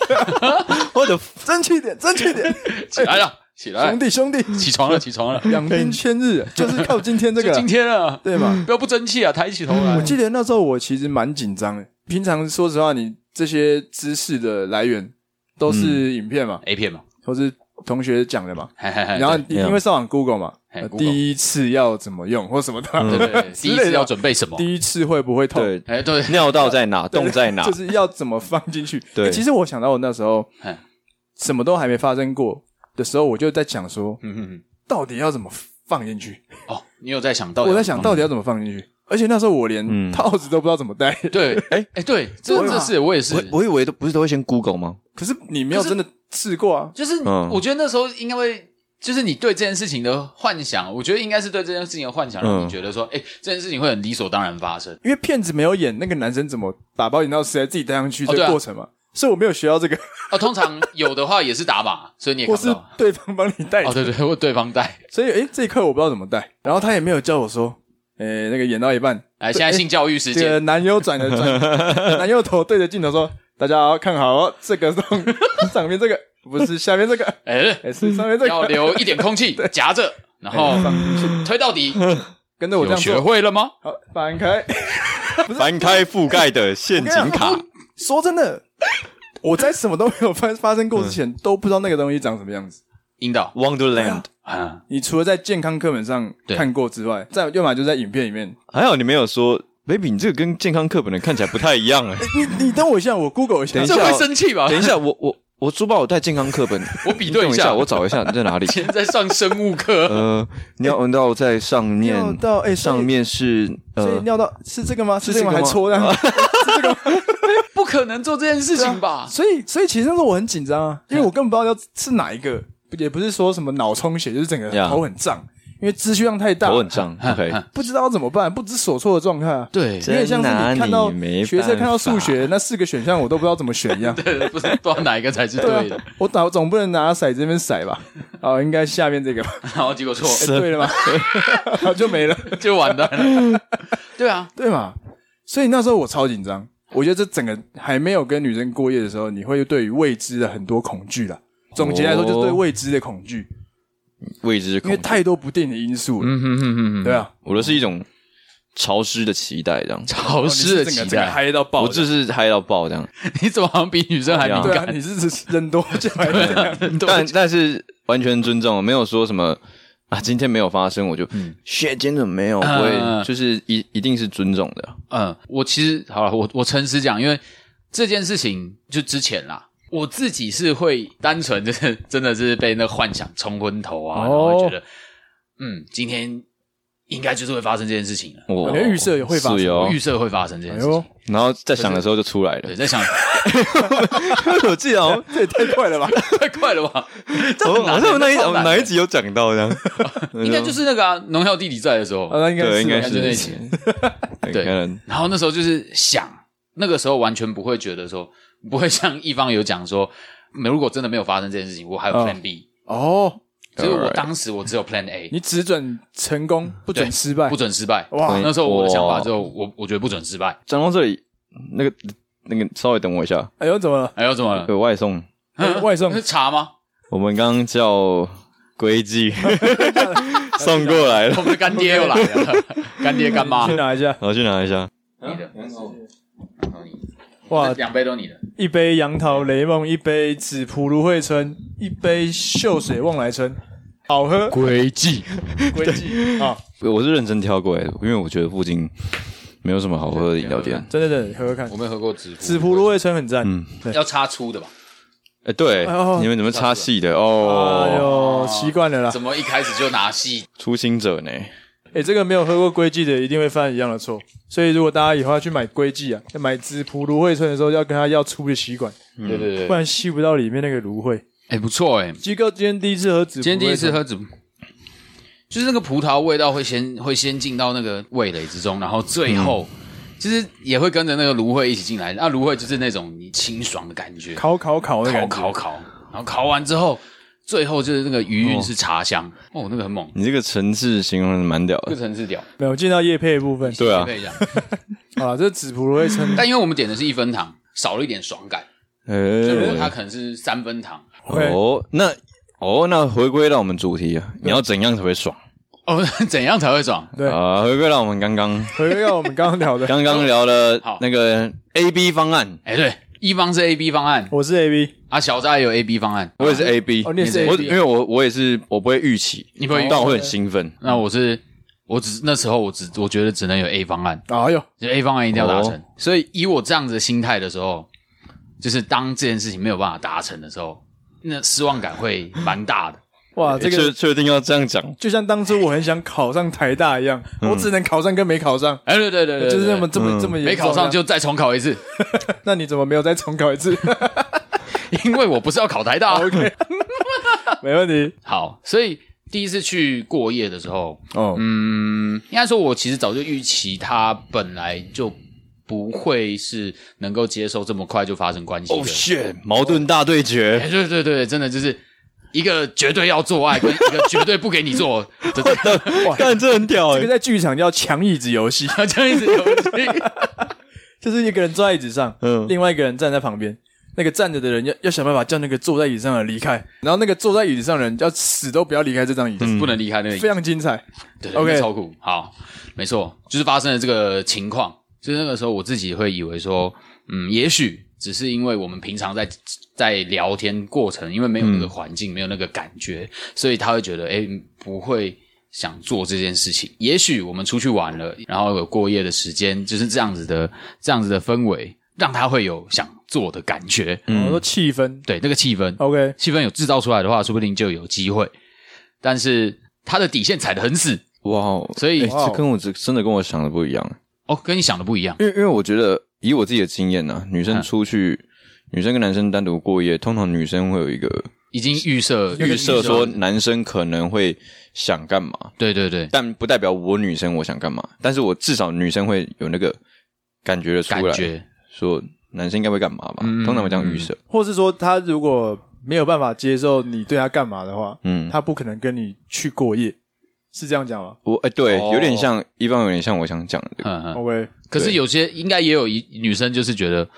Speaker 3: 我的
Speaker 1: 争气点，争气 点，
Speaker 2: 起来了，起来
Speaker 1: 兄，弟兄 弟，
Speaker 2: 起床了，起床了，
Speaker 1: 养兵千日，就是靠今天这
Speaker 2: 就
Speaker 1: 个嗯
Speaker 2: 今，天了，
Speaker 1: 对吗？
Speaker 2: 不要不争气啊，抬起头来
Speaker 1: 我。记得那时候我其实蛮紧张的。平常说实话，你这些知识的来源都
Speaker 2: 嗯
Speaker 1: 是影片嘛，
Speaker 2: A 片嘛，
Speaker 1: 或是同学讲的嘛。
Speaker 2: 哎嘿嘿嘿
Speaker 1: 然后
Speaker 3: 对
Speaker 1: 因为上网 Google 嘛，
Speaker 2: 嘿
Speaker 1: 呃
Speaker 2: 哎 Google
Speaker 1: 第一次要怎么用或什么嗯的，
Speaker 2: 对 对对，第一次要准备什么？
Speaker 1: 第一次会不会痛？
Speaker 3: 对，
Speaker 2: 哎，对，
Speaker 3: 尿道在哪，
Speaker 1: 对，
Speaker 3: 洞在 哪
Speaker 1: 就？是要怎么放进去。
Speaker 3: 对
Speaker 1: 欸其实我想到我那时候
Speaker 2: 嘿
Speaker 1: 什么都还没发生过的时候，我就在讲说，
Speaker 2: 嗯嗯
Speaker 1: 到底要怎么放进去？
Speaker 2: 嗯，哦，你有在想到？
Speaker 1: 我在，想到底要怎么放进去，而且那时候我连
Speaker 3: 嗯
Speaker 1: 套子都不知道怎么戴。
Speaker 2: 对，哎哎，对，这
Speaker 1: 对嘛啊
Speaker 2: 这是我也是，
Speaker 3: 我我以为都不是都会先 Google 吗？
Speaker 1: 可是你没有
Speaker 2: 可是
Speaker 1: 真的试过啊。
Speaker 2: 就是
Speaker 3: 嗯
Speaker 2: 我觉得那时候应该会。就是你对这件事情的幻想，我觉得应该是对这件事情的幻想，让你
Speaker 3: 嗯
Speaker 2: 觉得说，哎、这件事情会很理所当然发生。
Speaker 1: 因为骗子没有演那个男生怎么把保险套塞在自己戴上去这
Speaker 2: 哦对
Speaker 1: 个
Speaker 2: 啊
Speaker 1: 过程嘛，所以我没有学到这个，
Speaker 2: 哦，通常 有的话也是打码，所以你也
Speaker 1: 或
Speaker 2: 看不
Speaker 1: 是
Speaker 2: 到。
Speaker 1: 对方帮你戴
Speaker 2: 哦，
Speaker 1: 的，
Speaker 2: 对对，或对方带。
Speaker 1: 所以诶、这一块我不知道怎么戴，然后他也没有教我说，诶、那个演到一半，
Speaker 2: 来，现在性教育时
Speaker 1: 这
Speaker 2: 间
Speaker 1: 个，男优 转的转，男优头对着镜头说，大家好看好哦，这个上 上面这个不是下面 这个，
Speaker 2: 哎、
Speaker 1: 诶、是上面这
Speaker 2: 要
Speaker 1: 个，
Speaker 2: 留一点空气，夹着，然后推到底。
Speaker 1: 跟着我这
Speaker 2: 有
Speaker 1: 样
Speaker 2: 学
Speaker 1: 做，
Speaker 2: 会了吗？
Speaker 1: 好反 开。
Speaker 3: 翻开覆盖的陷阱
Speaker 2: 啊
Speaker 3: 卡，
Speaker 1: 说真的，我在什么都没有发发生过之
Speaker 2: 嗯
Speaker 1: 前，都不知道那个东西长什么样子。
Speaker 2: 引导
Speaker 3: Wonderland。
Speaker 2: 啊，
Speaker 1: 你除了在健康课本上
Speaker 2: 对
Speaker 1: 看过之外，再要么就在影片里面。
Speaker 3: 还好你没有说，baby，你这个跟健康课本的看起来不太一样哎。
Speaker 1: 你你等我一下，我 Google 一下
Speaker 3: 等一。下
Speaker 2: 这会生气吧？
Speaker 3: 等一下，我我我珠宝有带健康课本，
Speaker 2: 我比对
Speaker 3: 你等
Speaker 2: 一
Speaker 3: 一
Speaker 2: 下，
Speaker 3: 我找一下你在哪里
Speaker 2: 以。前在上生物课，
Speaker 3: 呃，尿道在上面，
Speaker 1: 尿道哎所以
Speaker 3: 上面是
Speaker 1: 所以
Speaker 3: 呃，
Speaker 1: 尿道是这个吗？是这个吗？还
Speaker 3: 是这个吗
Speaker 1: 搓这样？是这个吗？
Speaker 2: 不可能做这件事情吧？
Speaker 1: 所以所以其实那时候我很紧张 啊，因为我根本不知道要是哪一个，也不是说什么脑充血，就是整个
Speaker 3: Yeah
Speaker 1: 头很胀，因为资讯量太大，
Speaker 3: 头很胀。OK，
Speaker 2: 啊
Speaker 1: 不知道怎么办，不知所措的状态啊。
Speaker 2: 对，
Speaker 1: 有点像是你看到
Speaker 3: 真拿你没
Speaker 1: 学生看到
Speaker 3: 办法
Speaker 1: 数 学那四个选项，我都不知道怎么选一样。
Speaker 2: 对，不知道不知道哪一个才是对的，
Speaker 1: 我打总不能拿骰子那边骰吧？啊，应该下面这个吧？
Speaker 2: 然后结果错，
Speaker 1: 哎对了吧？ 好就没了，
Speaker 2: 就完蛋了。对啊，
Speaker 1: 对嘛？所以那时候我超紧张。我觉得这整个还没有跟女生过夜的时候，你会对于未知的很多恐惧啦。总结来说，就是对未知的恐惧，
Speaker 3: 未知
Speaker 1: 因
Speaker 3: 恐
Speaker 1: 为太多不定的因素了，
Speaker 2: 嗯哼哼哼哼，
Speaker 1: 对啊。
Speaker 3: 我的是一种潮湿的期待，这样。
Speaker 2: 潮湿的
Speaker 1: 哦你是整
Speaker 2: 期
Speaker 1: 个整个
Speaker 2: 待，
Speaker 1: 嗨到爆
Speaker 3: 我
Speaker 1: 的，
Speaker 3: 这是嗨到爆这样，
Speaker 2: 你怎么好像比女生还敏
Speaker 1: 对
Speaker 2: 感
Speaker 1: 啊，？
Speaker 2: 啊
Speaker 1: 你是人多就还 这 样，
Speaker 3: 但但是完全尊重，没有说什么啊，今天没有发生，我就 shit，今天怎么没有？
Speaker 2: 嗯
Speaker 3: 我
Speaker 2: 嗯
Speaker 3: 也
Speaker 2: 嗯
Speaker 3: 就是一一定是尊重的，
Speaker 2: 嗯，我其实好了，我我诚实讲，因为这件事情就之前啦，我自己是会单纯就是 真的是被那幻想冲昏头啊，
Speaker 1: 哦
Speaker 2: 然后觉得，嗯，今天应该就是会发生这件事情了，
Speaker 3: 我
Speaker 1: 我连预设也会发生
Speaker 3: 是
Speaker 2: 我
Speaker 3: 哦
Speaker 2: 预，设会发生这件
Speaker 1: 哎
Speaker 2: 事
Speaker 1: 呦
Speaker 2: 情。，
Speaker 3: 然后在想的时候就出来了
Speaker 2: 对，。在想
Speaker 3: 我记得好像
Speaker 1: 这也太快了吧！
Speaker 2: 太快了吧？这很
Speaker 3: 好
Speaker 2: 难
Speaker 3: 像那一
Speaker 2: 这超难
Speaker 3: 啊哪一集有讲到这样，
Speaker 2: 应该就是那个啊，农药弟弟在的时候，
Speaker 1: 啊，那应该
Speaker 3: 对，应该
Speaker 1: 吧
Speaker 2: 就那一
Speaker 3: 是
Speaker 2: 集
Speaker 3: 对
Speaker 2: 对
Speaker 3: 可能
Speaker 2: 然后那时候就是想，那个时候完全不会觉得说，不会像一方有讲说，没如果真的没有发生这件事情，我还有
Speaker 1: 嗯
Speaker 2: Plan B，、
Speaker 1: 哦，
Speaker 2: 所以我
Speaker 3: Alright
Speaker 2: 当时我只有 Plan A，
Speaker 1: 你只准成功，不准
Speaker 2: 对
Speaker 1: 失败
Speaker 2: 不。准失败。
Speaker 1: 哇
Speaker 2: 那时候我的想法
Speaker 3: 哇
Speaker 2: 就我我觉得不准失败。
Speaker 3: 讲到这里，那个那个稍微等我一下，
Speaker 1: 哎呦，怎么了？
Speaker 2: 哎呦，怎么了？
Speaker 3: 有外送，
Speaker 1: 哎外送
Speaker 2: 是茶吗？
Speaker 3: 我们刚刚叫规 矩送过来了，
Speaker 2: 我们的干爹又来了，干爹干妈
Speaker 1: 去。拿一下。
Speaker 3: 我去拿一下。
Speaker 2: 你的
Speaker 1: 哇，
Speaker 2: 两杯都你的。
Speaker 1: 一杯杨桃雷梦，一杯紫蒲芦荟春，一杯秀水望来春，好喝
Speaker 3: 规矩，
Speaker 1: 规矩啊！
Speaker 3: 我是认真挑过来的，因为我觉得附近没有什么好喝的饮料店。
Speaker 1: 真的真的，喝喝看
Speaker 2: 我。没有喝过紫
Speaker 1: 紫蒲芦荟春很赞。
Speaker 3: 嗯
Speaker 1: 对，
Speaker 2: 要插粗的吧？
Speaker 3: 哎、对，
Speaker 1: 哎呦
Speaker 3: 你们怎么插戏的
Speaker 1: 哎呦，
Speaker 3: 哦？
Speaker 1: 习惯了啦。
Speaker 2: 怎么一开始就拿细？
Speaker 3: 初心者呢？
Speaker 1: 哎，这个没有喝过规矩的，一定会犯一样的错。所以如果大家以后要去买规矩啊，要买紫蒲芦荟春的时候，要跟他要粗的吸管，
Speaker 2: 对对
Speaker 1: 不
Speaker 2: 对，
Speaker 1: 然吸不到里面那个芦荟。
Speaker 2: 嗯哎，不错哎，
Speaker 1: 鸡哥今天第一次喝紫，
Speaker 2: 今天第一次，喝紫，就是那个葡萄味道会先会先进到那个味蕾之中，然后最后其实也会跟着那个芦荟一起进来。那芦荟就是那种你清爽的感觉，
Speaker 1: 烤烤烤的
Speaker 2: 烤
Speaker 1: 感觉。
Speaker 2: 烤烤，然后烤完之后，最后就是那个余韵是茶香，哦，那个很猛，
Speaker 3: 你这个层次形容的蛮屌
Speaker 2: 这
Speaker 3: 的。
Speaker 2: 层次 屌，
Speaker 1: 没有进到叶配的部分
Speaker 3: 对啊，
Speaker 2: 配一下。
Speaker 1: 啊，这紫蒲芦荟春
Speaker 2: 但因为我们点的是一分糖，少了一点爽感，
Speaker 3: 哎、
Speaker 2: 所以如果它可能是三分糖，
Speaker 1: OK
Speaker 3: 哦，那哦，那回归到我们主题啊，你要怎样才会爽
Speaker 2: 哦， 怎样才会爽？
Speaker 1: 对
Speaker 3: 啊、回归到我们刚刚
Speaker 1: 回归到我们刚刚聊的，
Speaker 3: 刚刚聊的
Speaker 2: 好
Speaker 3: 那个 A B 方案，
Speaker 2: 哎，对，一方是 A B 方案
Speaker 1: 我是 A B，
Speaker 2: 啊，小扎也有 A B 方案，啊
Speaker 3: 我也是 A B，、
Speaker 1: 哦你也是 A B
Speaker 3: 我因为我我也是我不会预期，
Speaker 2: 你不会预期
Speaker 3: 但我会很兴奋。
Speaker 2: 那我是我只那时候我只我觉得只能有 A 方案，
Speaker 1: 哎呦，
Speaker 2: 就 A 方案一定要达成。
Speaker 3: 哦
Speaker 2: 所以以我这样子的心态的时候，就是当这件事情没有办法达成的时候，那失望感会蛮大的。
Speaker 1: 哇，啊这
Speaker 3: 确
Speaker 1: 个
Speaker 3: 确定要这样讲，
Speaker 1: 就像当初我很想考上台大一样，我只能考上跟没考上，
Speaker 2: 哎，对对对对，
Speaker 1: 就是
Speaker 2: 对
Speaker 1: 这么这么这么严
Speaker 2: 没
Speaker 1: 重啊
Speaker 2: 考上，就再重考一 次，
Speaker 1: 那你怎么没有再重考一 次
Speaker 2: 因为我不是要考台大。啊
Speaker 1: ？OK，没问题
Speaker 2: 好，所以第一次去过夜的时候，
Speaker 1: 哦，
Speaker 2: 嗯，应该说，我其实早就预期他本来就不会是能够接受这么快就发生关系的。
Speaker 1: Oh,
Speaker 3: 哦 shit，矛盾大对决
Speaker 2: 哎，对对对，真的就是一个绝对要做爱，跟一个绝对不给你做 的这
Speaker 3: 干这很屌哎、
Speaker 1: 这个在剧场叫强椅子游戏，
Speaker 2: 个这样子游戏。
Speaker 1: 就是一个人坐在椅子上，
Speaker 3: 嗯
Speaker 1: 另外一个人站在旁边。那个站着的人要要想办法叫那个坐在椅子上的离开，然后那个坐在椅子上的人要死都不要离开这张椅子，
Speaker 2: 不能离开那个椅
Speaker 1: 非
Speaker 2: 子，
Speaker 1: 常精彩。
Speaker 2: 对
Speaker 1: OK
Speaker 2: 对，超酷。好，没错，就是发生了这个情况，就是那个时候我自己会以为说，嗯，也许只是因为我们平常在在聊天过程，因为没有那个环境，没有那个感觉，所以他会觉得，哎，不会。想做这件事情，也许我们出去玩了，然后有过夜的时间，就是这样子的，这样子的氛围，让他会有想做的感觉。
Speaker 1: 我说气氛
Speaker 2: 对，那个气氛，
Speaker 1: ，OK，
Speaker 2: 气氛有制造出来的话，说不定就有机会。但是他的底线踩得很死
Speaker 3: 哇哦，
Speaker 2: 所以
Speaker 3: 诶
Speaker 1: 哇哦
Speaker 3: 这跟我这真的跟我想的不一样，
Speaker 2: 哦，跟你想的不一样。
Speaker 3: 因为因为我觉得以我自己的经验呢、啊女生
Speaker 2: 嗯
Speaker 3: 出去，女生跟男生单独过夜，通常女生会有一个
Speaker 2: 已经预设
Speaker 1: 有一个
Speaker 3: 预设说
Speaker 2: 了
Speaker 3: 男生可能会想干嘛，
Speaker 2: 对对对，
Speaker 3: 但不代表我女生我想干嘛，但是我至少女生会有那个感觉的出
Speaker 2: 感
Speaker 3: 来，
Speaker 2: 觉
Speaker 3: 说男生应该会干嘛吧，
Speaker 2: 嗯
Speaker 3: 通常会这样预设，
Speaker 1: 或是说他如果没有办法接受你对他干嘛的话，
Speaker 3: 嗯，
Speaker 1: 他不可能跟你去过夜，是这样讲吗
Speaker 3: 我哎、对，
Speaker 2: 哦
Speaker 3: 有点像，一方有点像我想讲的这个，
Speaker 2: 嗯嗯。
Speaker 1: ？OK，
Speaker 2: 可是
Speaker 3: 哦对
Speaker 2: 有些应该也有一女生就是觉得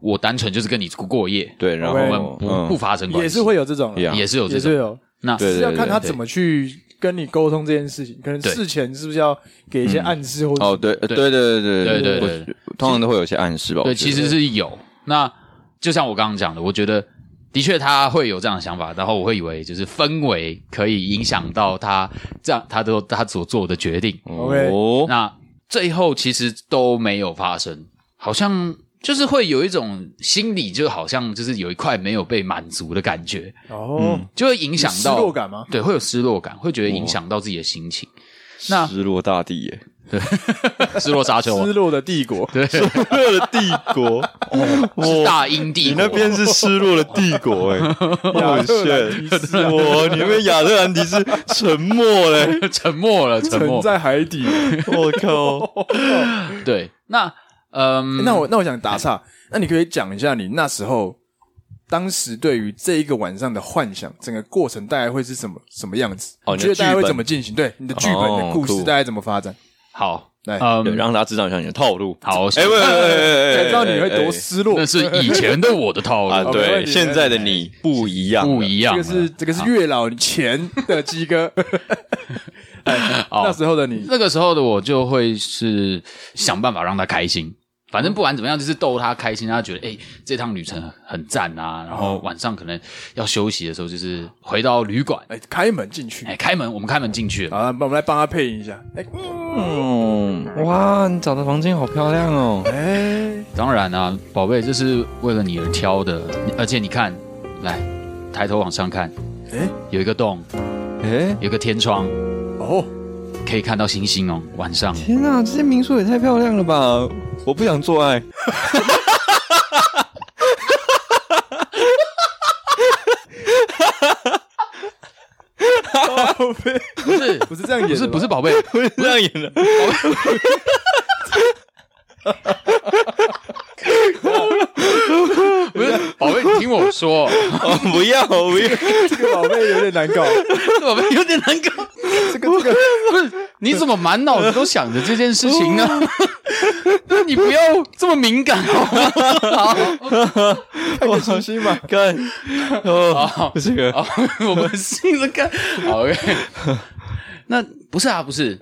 Speaker 2: 我单纯就是跟你过夜，
Speaker 3: 对，然
Speaker 1: 我
Speaker 2: 我
Speaker 3: 后
Speaker 2: 们不、
Speaker 3: 嗯
Speaker 2: 不发生关系，
Speaker 1: 也是会有这种啦，
Speaker 3: Yeah
Speaker 2: 也是有
Speaker 1: 也
Speaker 2: 这
Speaker 1: 是
Speaker 2: 种。
Speaker 1: 有，
Speaker 2: 那
Speaker 3: 对
Speaker 1: 只是要看他
Speaker 2: 对
Speaker 1: 怎么去跟你沟通这件事情。可能
Speaker 2: 对
Speaker 1: 事前是不是要给一些暗示或者
Speaker 3: 哦，对，呃对对对对
Speaker 2: 对对
Speaker 3: 我
Speaker 2: 对对
Speaker 3: 通常都会有一些暗示吧，
Speaker 2: 对，
Speaker 3: 我觉
Speaker 2: 其
Speaker 3: 得
Speaker 2: 实是有。那就像我刚刚讲的，我觉得的确他会有这样的想法，然后我会以为就是氛围可以影响到他这样他都他所做的决定。
Speaker 1: OK
Speaker 3: 哦，
Speaker 2: 那最后其实都没有发生，好像就是会有一种心理，就好像就是有一块没有被满足的感觉，
Speaker 3: 嗯
Speaker 1: 哦，
Speaker 2: 就会影响
Speaker 1: 有失
Speaker 2: 到
Speaker 1: 落感吗？
Speaker 2: 对，会有失落感，会觉得影响到自己的心情。那
Speaker 3: 失落大地耶， 哦
Speaker 2: 失落沙丘啊
Speaker 1: 失落的帝国，
Speaker 2: 对，是
Speaker 3: 失落的帝 国，哦，
Speaker 2: 大英帝
Speaker 3: 你
Speaker 2: 国
Speaker 3: 那边是失落的帝国哎，
Speaker 1: 亚
Speaker 3: 我
Speaker 1: 特兰
Speaker 3: 天
Speaker 1: 提斯啊，
Speaker 3: 哇，你那边亚特兰提斯沉默 嘞，
Speaker 2: 沉默 了，沉
Speaker 1: 沉
Speaker 2: 默。
Speaker 1: 在海底。
Speaker 3: 我靠，
Speaker 2: 对，那
Speaker 3: 哎
Speaker 2: 嗯，
Speaker 1: 那我那我想打岔，那你可以讲一下你那时候。当时对于这一个晚上的幻想，整个过程大概会是什么什么样子？
Speaker 3: 哦
Speaker 1: 你
Speaker 3: 你
Speaker 1: 觉得
Speaker 3: 的
Speaker 1: 大概
Speaker 3: 剧
Speaker 1: 会
Speaker 3: 本
Speaker 1: 怎么进行？对，你的剧本、
Speaker 3: 哦啊
Speaker 1: 你的故事
Speaker 3: cool
Speaker 1: 大概怎么发展？
Speaker 2: 好，
Speaker 1: 来
Speaker 3: 哎对
Speaker 2: 嗯，
Speaker 3: 让大家知道一下你的套路，
Speaker 2: 好，
Speaker 3: 哎喂喂喂喂喂，
Speaker 1: 才知道你会多
Speaker 3: 哎
Speaker 1: 失落
Speaker 2: 那。是以前的我的套
Speaker 3: 啊，
Speaker 2: 路，
Speaker 1: 哦没问
Speaker 3: 对，
Speaker 1: 题
Speaker 3: 现在的你不一样，
Speaker 2: 不一样啊
Speaker 1: 这
Speaker 2: 了。
Speaker 1: 个是这个是月老前的鸡 哥，哎
Speaker 2: 好
Speaker 1: 那时候的你
Speaker 2: 那个时候的我就会是想办法让他开心，反正不管怎么样，就是逗他开心，让他觉得哎、诶这趟旅程很赞啊。然后晚上可能要休息的时候，就是回到旅馆，
Speaker 1: 哎，开门进去
Speaker 2: 哎、，开门，我们开门进去了。
Speaker 1: 好，那我们来帮他配音一下。哎
Speaker 3: 嗯，哇，你找的房间好漂亮哦！
Speaker 1: 哎，
Speaker 2: 当然啊，宝贝，这是为了你而挑的，而且你看，来抬头往上看，
Speaker 1: 哎
Speaker 2: 有一个洞，
Speaker 3: 哎，
Speaker 2: 有一个天窗，
Speaker 1: 哦，
Speaker 2: 可以看到星星哦。晚上
Speaker 3: 天哪，这间民宿也太漂亮了吧！我不想做爱，
Speaker 1: 宝贝，
Speaker 2: 不是
Speaker 1: 不是这样演
Speaker 2: 不
Speaker 1: 的
Speaker 2: 是
Speaker 1: 吧
Speaker 2: 不是宝 贝，
Speaker 3: 不是这样演的。
Speaker 2: 不是宝贝，你听我说，
Speaker 3: 哦，不要，不要，
Speaker 1: 这个宝贝有点难 搞，
Speaker 2: 宝贝有点难搞。
Speaker 1: 这个这个
Speaker 2: 不是，你怎么满脑子都想着这件事情呢？ 你不要这么敏感哦。
Speaker 1: 看个星星吧。
Speaker 3: 看，哦
Speaker 2: 好，
Speaker 3: 这个
Speaker 2: 好，哦 我们试着看。好，OK。那不是啊，不是，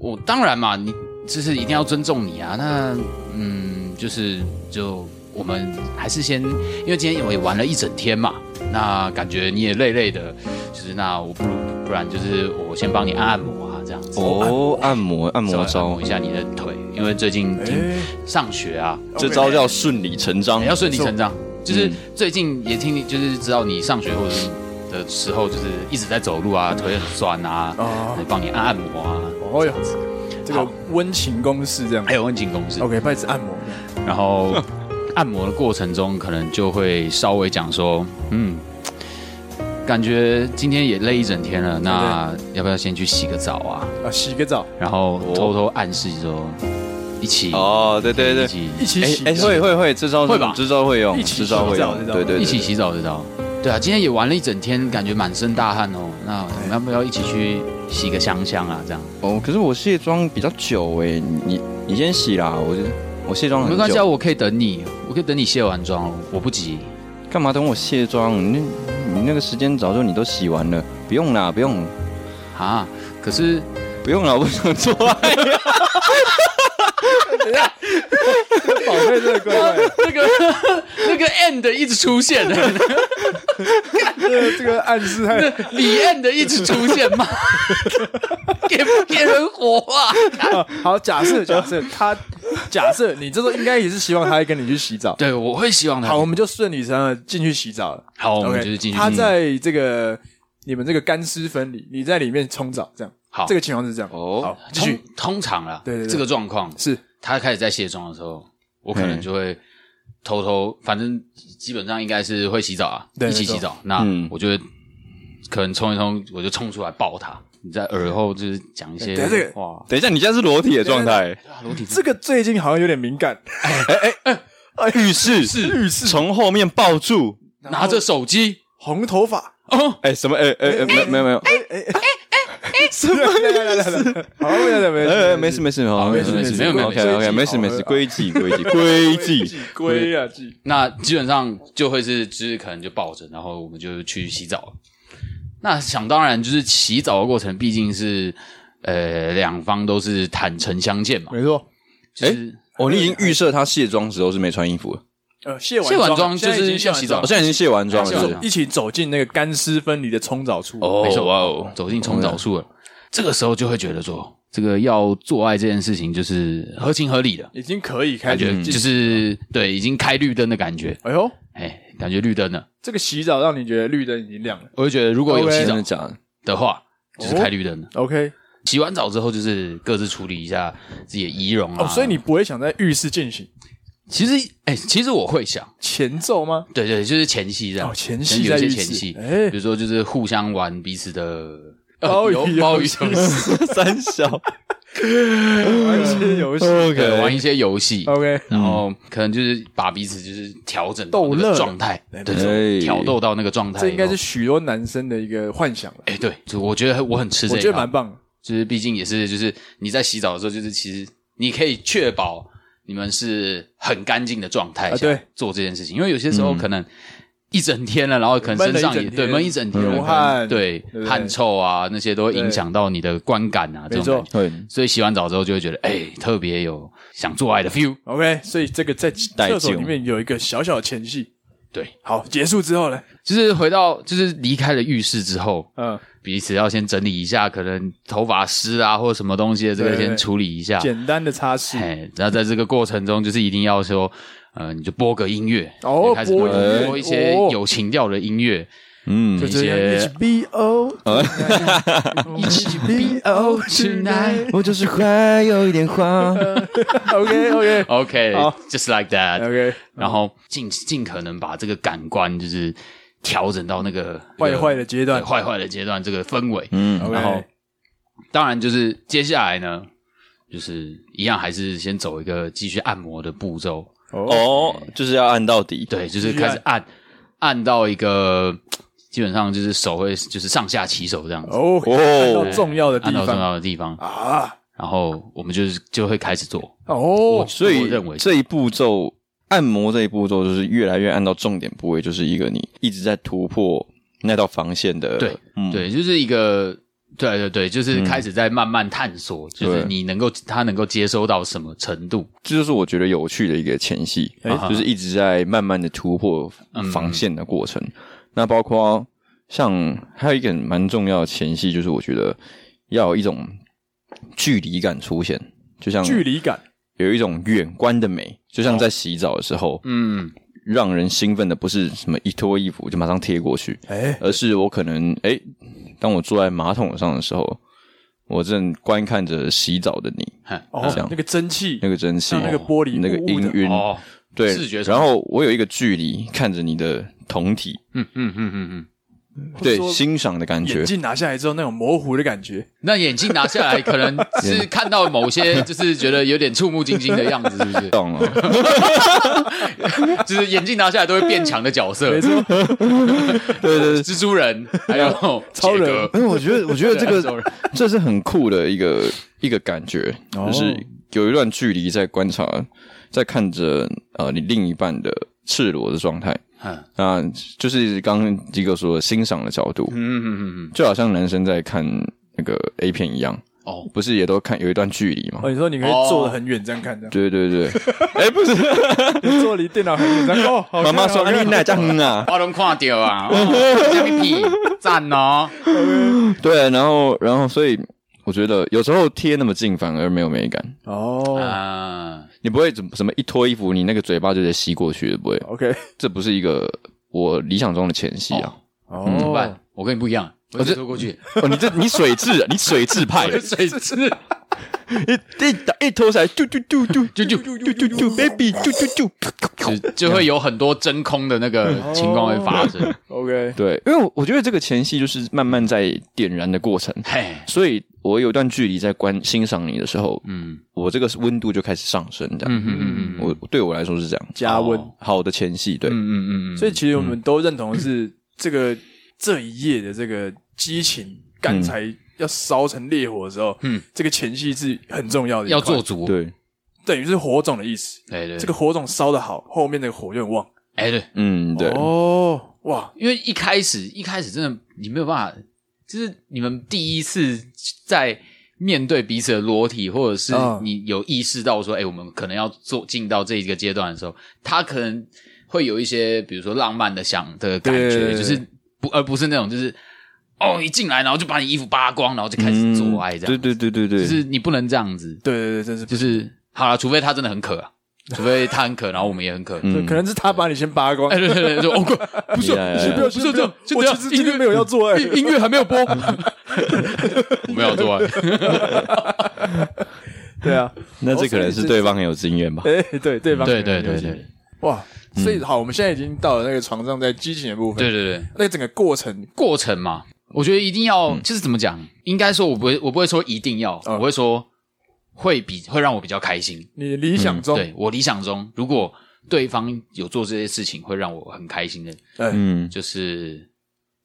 Speaker 2: 我当然嘛，你就是一定要尊重你啊。那嗯，就是就我们还是先，因为今天我也玩了一整天嘛，那感觉你也累累的，就是那我不如不然就是我先帮你按按摩啊，这样子。
Speaker 3: 哦，按摩，按
Speaker 2: 稍微
Speaker 3: 摩
Speaker 2: 按
Speaker 3: 招
Speaker 2: 摩一，下你的腿，因为最近听
Speaker 1: 哎，
Speaker 2: 上学啊，
Speaker 3: 这招叫顺理成章
Speaker 2: 哎也。要顺理成章。就是
Speaker 3: 嗯
Speaker 2: 最近也听你，就是知道你上学或者是的时候，就是一直在走路啊，腿很酸啊，
Speaker 1: 哦
Speaker 2: 帮你按按摩啊，
Speaker 1: 哦哟，这个
Speaker 2: 好哎
Speaker 1: 温情攻势这样
Speaker 2: 还。有温情公
Speaker 3: 哦
Speaker 2: 式。
Speaker 1: OK，拜子按摩。
Speaker 2: 然 后按摩的过程中，可能就会稍微讲说，嗯，感觉今天也累一整天了，那要不要先去洗个澡啊？
Speaker 1: 啊，洗个澡，
Speaker 2: 然后偷偷暗示说，一起
Speaker 3: 哦，对对
Speaker 2: 一
Speaker 3: 对，
Speaker 2: 起
Speaker 1: 一起
Speaker 3: 哎
Speaker 1: 洗
Speaker 3: 哎，会会会，这招
Speaker 2: 会吧
Speaker 3: 这招会用，
Speaker 1: 一起
Speaker 3: 这招会
Speaker 1: 洗
Speaker 3: 用，
Speaker 1: 澡
Speaker 3: 对对对，
Speaker 2: 一起洗澡的澡。对啊，今天也玩了一整天，感觉满身大汗哦。那我们要不要一起去洗个香香啊？这样
Speaker 3: 哦，可是我卸妆比较久哎，你你先洗啦，我就我卸妆很久。
Speaker 2: 没关系啊，我可以等你，我可以等你卸完妆哦，我不急。
Speaker 3: 干嘛等我卸妆？你你那个时间早就你都洗完了，不用啦，不用，
Speaker 2: 啊，可是
Speaker 3: 不用啦，我不想做爱。
Speaker 1: 宝贝真的怪怪的。
Speaker 2: 哎 那个那个 end 一直出现，
Speaker 1: 这个这个暗示太
Speaker 2: 李艳的一直出现 吗？给不给人火啊？
Speaker 1: 好。假 设假设他假设你这时候应该也是希望他会跟你去洗澡。
Speaker 2: 对，我会希望他
Speaker 1: 好，我们就顺理成章地进去洗澡了。
Speaker 2: 好，我
Speaker 1: OK，
Speaker 2: 们就是进去。嗯
Speaker 1: 他在这个你们这个干湿分离，你在里面冲澡，这样。
Speaker 2: 好
Speaker 1: 这个情况是这样。
Speaker 3: 哦
Speaker 1: 好，继
Speaker 2: 通
Speaker 1: 续
Speaker 2: 通常啦，
Speaker 1: 对对对
Speaker 2: 这个状况，
Speaker 1: 是
Speaker 2: 他开始在卸妆的时候，我可能
Speaker 3: 嗯
Speaker 2: 就会偷偷，反正基本上应该是会洗澡啊，
Speaker 1: 对
Speaker 2: 一起
Speaker 1: 没错
Speaker 2: 洗澡。那
Speaker 3: 嗯
Speaker 2: 我就会可能冲一冲，我就冲出来抱他。你在耳后就是讲一些
Speaker 1: 对这个
Speaker 2: 哇，
Speaker 3: 等一下，你现在是裸体的状态，
Speaker 2: 裸体
Speaker 1: 这个最近好像有点敏感，
Speaker 3: 浴室是浴室，从后面抱住，
Speaker 2: 拿着手机
Speaker 1: 红头发。
Speaker 2: 哦，
Speaker 3: 哎，什么？哎哎哎，没没有没有，
Speaker 1: 什么？来来来来来， 好，没事没事
Speaker 3: 哎哎，没事没事，好，
Speaker 1: 没事没事
Speaker 2: 没有没有
Speaker 3: OK OK，没事没事，规矩规矩规矩，
Speaker 1: 龟啊鸡，
Speaker 2: 那基本上就会是，就是可能就抱着，然后我们就去洗澡了。那想当然，就是洗澡的过程，毕竟是呃两方都是坦诚相见嘛，
Speaker 1: 没错。
Speaker 2: 就是
Speaker 3: 哦，你已经预设他卸妆时候是没穿衣服了，
Speaker 1: 呃，卸完
Speaker 2: 卸完妆
Speaker 1: 妆
Speaker 2: 就是
Speaker 1: 现在已经卸完
Speaker 2: 洗澡哦啊
Speaker 1: 妆
Speaker 3: 我现在已经卸完妆了，
Speaker 2: 卸
Speaker 3: 是
Speaker 2: 完
Speaker 3: 不
Speaker 2: 妆
Speaker 3: 是
Speaker 1: 一起走进那个干湿分离的冲澡处。
Speaker 3: 哦
Speaker 2: 没错，
Speaker 3: 哇哦
Speaker 2: 走进冲澡
Speaker 1: 嗯
Speaker 2: 术了。这个时候就会觉得说，这个要做爱这件事情就是合情合理的
Speaker 1: 已经可以开
Speaker 2: 感
Speaker 1: 始
Speaker 2: 觉，嗯
Speaker 1: 进
Speaker 2: 就是对，已经开绿灯的感觉，
Speaker 1: 哎呦，
Speaker 2: 哎，感觉绿灯了。
Speaker 1: 这个洗澡让你觉得绿灯已经亮了。
Speaker 2: 我就觉得如果有
Speaker 1: OK 哦
Speaker 2: 洗澡
Speaker 3: 真的假的？
Speaker 2: 的话，就是开绿灯了。
Speaker 1: OK，
Speaker 2: 洗完澡之后，就是各自处理一下自己的仪容啊。
Speaker 1: 哦，所以你不会想在浴室进行
Speaker 2: 其实，哎、其实我会想，
Speaker 1: 前奏吗？
Speaker 2: 对对，就是前戏这样，
Speaker 1: 哦前戏
Speaker 2: 可能有
Speaker 1: 在
Speaker 2: 一
Speaker 1: 浴
Speaker 2: 些前
Speaker 1: 室
Speaker 2: 戏，
Speaker 1: 哎
Speaker 2: 比如说就是互相玩彼此的
Speaker 1: 鲍鱼
Speaker 2: 游
Speaker 1: 游
Speaker 2: 鲍鱼
Speaker 1: 戏
Speaker 2: 游戏，
Speaker 3: 三小
Speaker 1: 玩一些游戏。
Speaker 2: 对，玩一
Speaker 3: ，OK，
Speaker 2: 些游戏
Speaker 1: OK，
Speaker 2: 然后可能就是把彼此就是调整到
Speaker 1: 嗯逗
Speaker 2: 那个
Speaker 1: 乐
Speaker 2: 状态，
Speaker 1: 哎
Speaker 2: 对，
Speaker 1: 没
Speaker 3: 错
Speaker 2: 对挑逗到那个状态以后，
Speaker 1: 这应该是许多男生的一个幻想了。
Speaker 2: 哎，对，就我觉得我很吃这
Speaker 1: 我
Speaker 2: 一
Speaker 1: 觉得
Speaker 2: 套
Speaker 1: 蛮棒的。
Speaker 2: 就是毕竟也是就是你在洗澡的时候，就是其实你可以确保你们是很干净的状态
Speaker 1: 啊
Speaker 2: 下
Speaker 1: 对嗯
Speaker 2: 做这件事情，因为有些时候可能一整天了，然后可能身上
Speaker 1: 闷了一
Speaker 2: 也
Speaker 1: 整天
Speaker 2: 对闷一整天，
Speaker 1: 流
Speaker 2: 可能
Speaker 1: 汗
Speaker 2: 对
Speaker 1: 对不对
Speaker 2: 汗臭啊那些都会影响到你的观感啊这
Speaker 1: 没
Speaker 2: 种
Speaker 1: 错
Speaker 2: 感觉。
Speaker 3: 对，
Speaker 2: 所以洗完澡之后就会觉得，哎，特别有想做爱的 feel。
Speaker 1: OK，所以这个在
Speaker 3: 带
Speaker 1: 厕所
Speaker 3: 劲
Speaker 1: 里面有一个小小的前戏。
Speaker 2: 对，
Speaker 1: 好，结束之后呢？
Speaker 2: 就是回到就是离开了浴室之后，
Speaker 1: 嗯，
Speaker 2: 彼此要先整理一下，可能头发湿啊或者什么东西的这个
Speaker 1: 对对
Speaker 2: 先处理一下。
Speaker 1: 简单的擦拭。
Speaker 2: 哎，然后在这个过程中，就是一定要说，呃，你就播个音乐，
Speaker 1: 哦
Speaker 2: 就开始
Speaker 1: 播
Speaker 2: 播
Speaker 1: 音乐
Speaker 2: 一些
Speaker 1: 哦
Speaker 2: 有情调的音乐，
Speaker 3: 嗯
Speaker 1: 就这样
Speaker 2: 一些
Speaker 1: ，HBO，HBO
Speaker 2: tonight
Speaker 3: 我就是坏，有一点花，
Speaker 1: OK OK好
Speaker 2: OK，just、like that，、
Speaker 1: OK，嗯
Speaker 2: 然后尽尽可能把这个感官就是调整到那个
Speaker 1: 坏坏的阶段
Speaker 2: 对坏坏的阶段这个氛围。
Speaker 3: 嗯
Speaker 1: OK
Speaker 2: 然后当然就是接下来呢，就是一样还是先走一个继续按摩的步骤，
Speaker 1: 哦，
Speaker 3: 哦，就是要按到底，
Speaker 2: 对，就是开始按按到一个基本上就是手会就是上下起手这样子。
Speaker 1: 哦，看到重要的地
Speaker 2: 按到重
Speaker 1: 方
Speaker 2: 要的地方，
Speaker 1: 啊，
Speaker 2: 然后我们就是就会开始做。
Speaker 1: 哦，
Speaker 3: 所以
Speaker 2: 我认为是
Speaker 3: 这一步骤按摩这一步骤就是越来越按到重点部位，就是一个你一直在突破那道防线的，
Speaker 2: 对，
Speaker 3: 嗯，
Speaker 2: 对，就是一个，对对对，就是开始在慢慢探
Speaker 1: 嗯
Speaker 2: 索，就是
Speaker 3: 对
Speaker 2: 你能够他能够接收到什么程度。
Speaker 3: 这就是我觉得有趣的一个前戏，
Speaker 1: 哎
Speaker 2: 啊
Speaker 3: 就是一直在慢慢的突破
Speaker 2: 嗯
Speaker 3: 防线的过程。那包括像还有一个蛮重要的前戏，就是我觉得要有一种距离感出现，就像
Speaker 1: 距离感，
Speaker 3: 有一种远观的美，就像在洗澡的时候，
Speaker 2: 哦嗯，
Speaker 3: 让人兴奋的不是什么一脱衣服就马上贴过去，
Speaker 1: 哎，
Speaker 3: 而是我可能哎、当我坐在马桶上的时候，我正观看着洗澡的你，
Speaker 1: 哦
Speaker 3: 这样，
Speaker 1: 那个蒸汽
Speaker 3: 那，个蒸汽，
Speaker 1: 像那个玻璃
Speaker 3: 那个
Speaker 1: 雾雾的
Speaker 3: 氤氲，
Speaker 2: 哦，
Speaker 3: 对，
Speaker 2: 视觉上
Speaker 3: 然后我有一个距离看着你的酮体，
Speaker 2: 嗯嗯嗯嗯嗯。
Speaker 3: 对，
Speaker 1: 说
Speaker 3: 欣赏的感觉
Speaker 1: 眼，镜拿下来之后那种模糊的感觉，
Speaker 2: 那眼镜拿下来，可 能是看到某些，就是觉得有点触目惊心的样子，是 不是？
Speaker 3: 懂啊 了，
Speaker 2: 就是眼镜拿下来都会变强的角色，
Speaker 1: 没 错，
Speaker 3: 对对对。
Speaker 2: 蜘蛛人，还 有
Speaker 1: 超人
Speaker 2: 杰哥
Speaker 3: 因为我觉得，我觉得 这
Speaker 2: 对啊，sorry
Speaker 3: 个这是很酷的一个一个感觉，
Speaker 1: 哦
Speaker 3: 就是有一段距离在观察，在看着呃你另一半的赤裸的状态，
Speaker 2: 嗯
Speaker 3: 那就是刚刚吉哥说的欣赏的角度，
Speaker 2: 嗯嗯嗯嗯
Speaker 3: 就好像男生在看那个 A 片一样，
Speaker 2: 哦，
Speaker 3: 不是也都看有一段距离吗？
Speaker 1: 哦，你说你可以坐得很远这样看，这
Speaker 3: 对对 对，哎，不是，
Speaker 1: 样坐离电脑很远这样。哦，好
Speaker 3: 妈
Speaker 1: 看
Speaker 3: 妈说
Speaker 1: 好看
Speaker 3: 啊
Speaker 2: 哎
Speaker 3: 你哪这样啊？
Speaker 2: 我都看到 啊，哦下面屁赞哦，
Speaker 3: 对，然后然后所以我觉得有时候贴那么近反而没有美感，
Speaker 1: 哦
Speaker 2: 啊，
Speaker 3: 你不会怎么什么一脱衣服，你那个嘴巴就得吸过去，不会，
Speaker 1: ，OK，
Speaker 3: 这不是一个我理想中的前戏啊。
Speaker 2: 怎么
Speaker 1: 哦
Speaker 2: 办，？我跟你不一样，我就说过去，
Speaker 3: 哦，你这你水质，你水 质派，
Speaker 2: 水质，
Speaker 3: 一一打一头起来，嘟嘟嘟 嘟
Speaker 2: 就就
Speaker 3: 嘟嘟嘟，baby，嘟嘟嘟。
Speaker 2: 就就会有很多真空的那个情况会发生，
Speaker 1: ，OK，
Speaker 3: 对，因为我我觉得这个前戏就是慢慢在点燃的过程，
Speaker 2: 嘿，
Speaker 3: 所以我有一段距离在观欣赏你的时候，
Speaker 2: 嗯
Speaker 3: 我这个是温度就开始上升，这样。
Speaker 2: 嗯嗯嗯嗯，
Speaker 3: 我对我来说是这样，
Speaker 1: 加温。
Speaker 2: 哦
Speaker 3: 好的前戏，
Speaker 2: 嗯，
Speaker 3: 对
Speaker 2: 嗯嗯嗯，
Speaker 1: 所以其实我们都认同的是这个这一夜的这个激情干柴要烧成烈火的时候，
Speaker 2: 嗯
Speaker 1: 嗯，这个前戏是很重要的一块，
Speaker 2: 要做足，
Speaker 3: 对，
Speaker 1: 等于是火种的意思。
Speaker 2: 哎对对，
Speaker 1: 这个火种烧的好，后面那个火就很旺。
Speaker 2: 哎对，
Speaker 3: 嗯，对，
Speaker 1: 哦，哇，
Speaker 2: 因为一开始一开始真的你没有办法，就是你们第一次在面对彼此的裸体，或者是
Speaker 1: 嗯
Speaker 2: 你有意识到说，哎、我们可能要做进到这一个阶段的时候，他可能会有一些比如说浪漫的想的感觉，
Speaker 1: 对对对
Speaker 2: 就是不而不是那种就是哦一进来然后就把你衣服扒光，然后就开始做爱
Speaker 1: 嗯
Speaker 2: 这样，
Speaker 3: 嗯对对对对对，
Speaker 2: 就是你不能这样子，
Speaker 1: 对对对，真是，
Speaker 2: 就是好了，除非他真的很渴、啊，除非他很渴，然后我们也很渴。
Speaker 1: 可能是他把你先扒光
Speaker 2: 嗯哎，。对对对，就哦， 不是，
Speaker 3: 哎
Speaker 1: 先不要，
Speaker 2: 不是
Speaker 1: 先
Speaker 2: 这样就
Speaker 1: 我
Speaker 2: 这样
Speaker 1: 其实今
Speaker 2: 音乐
Speaker 1: 天没有要做哎爱。
Speaker 2: 音音乐还没 有播，我没有做完。
Speaker 1: 对啊，
Speaker 3: 那这可能是对方很有经验吧？
Speaker 1: 哎，对，对方
Speaker 2: 对对
Speaker 1: 可能
Speaker 2: 对
Speaker 1: 有
Speaker 2: 对
Speaker 1: 经验
Speaker 2: 对
Speaker 1: 哇，所以好，我们现在已经到了那个床上在激情的部分，
Speaker 2: 对对，
Speaker 1: 那个整个过程
Speaker 2: 过程嘛，我觉得一
Speaker 1: 嗯
Speaker 2: 定要就是怎么讲，应该说我不会我不会说一定要，我会说会比会让我比较开心。
Speaker 1: 你理想中，
Speaker 2: 嗯对我理想中，如果对方有做这些事情，会让我很开心的，
Speaker 3: 嗯，
Speaker 2: 就是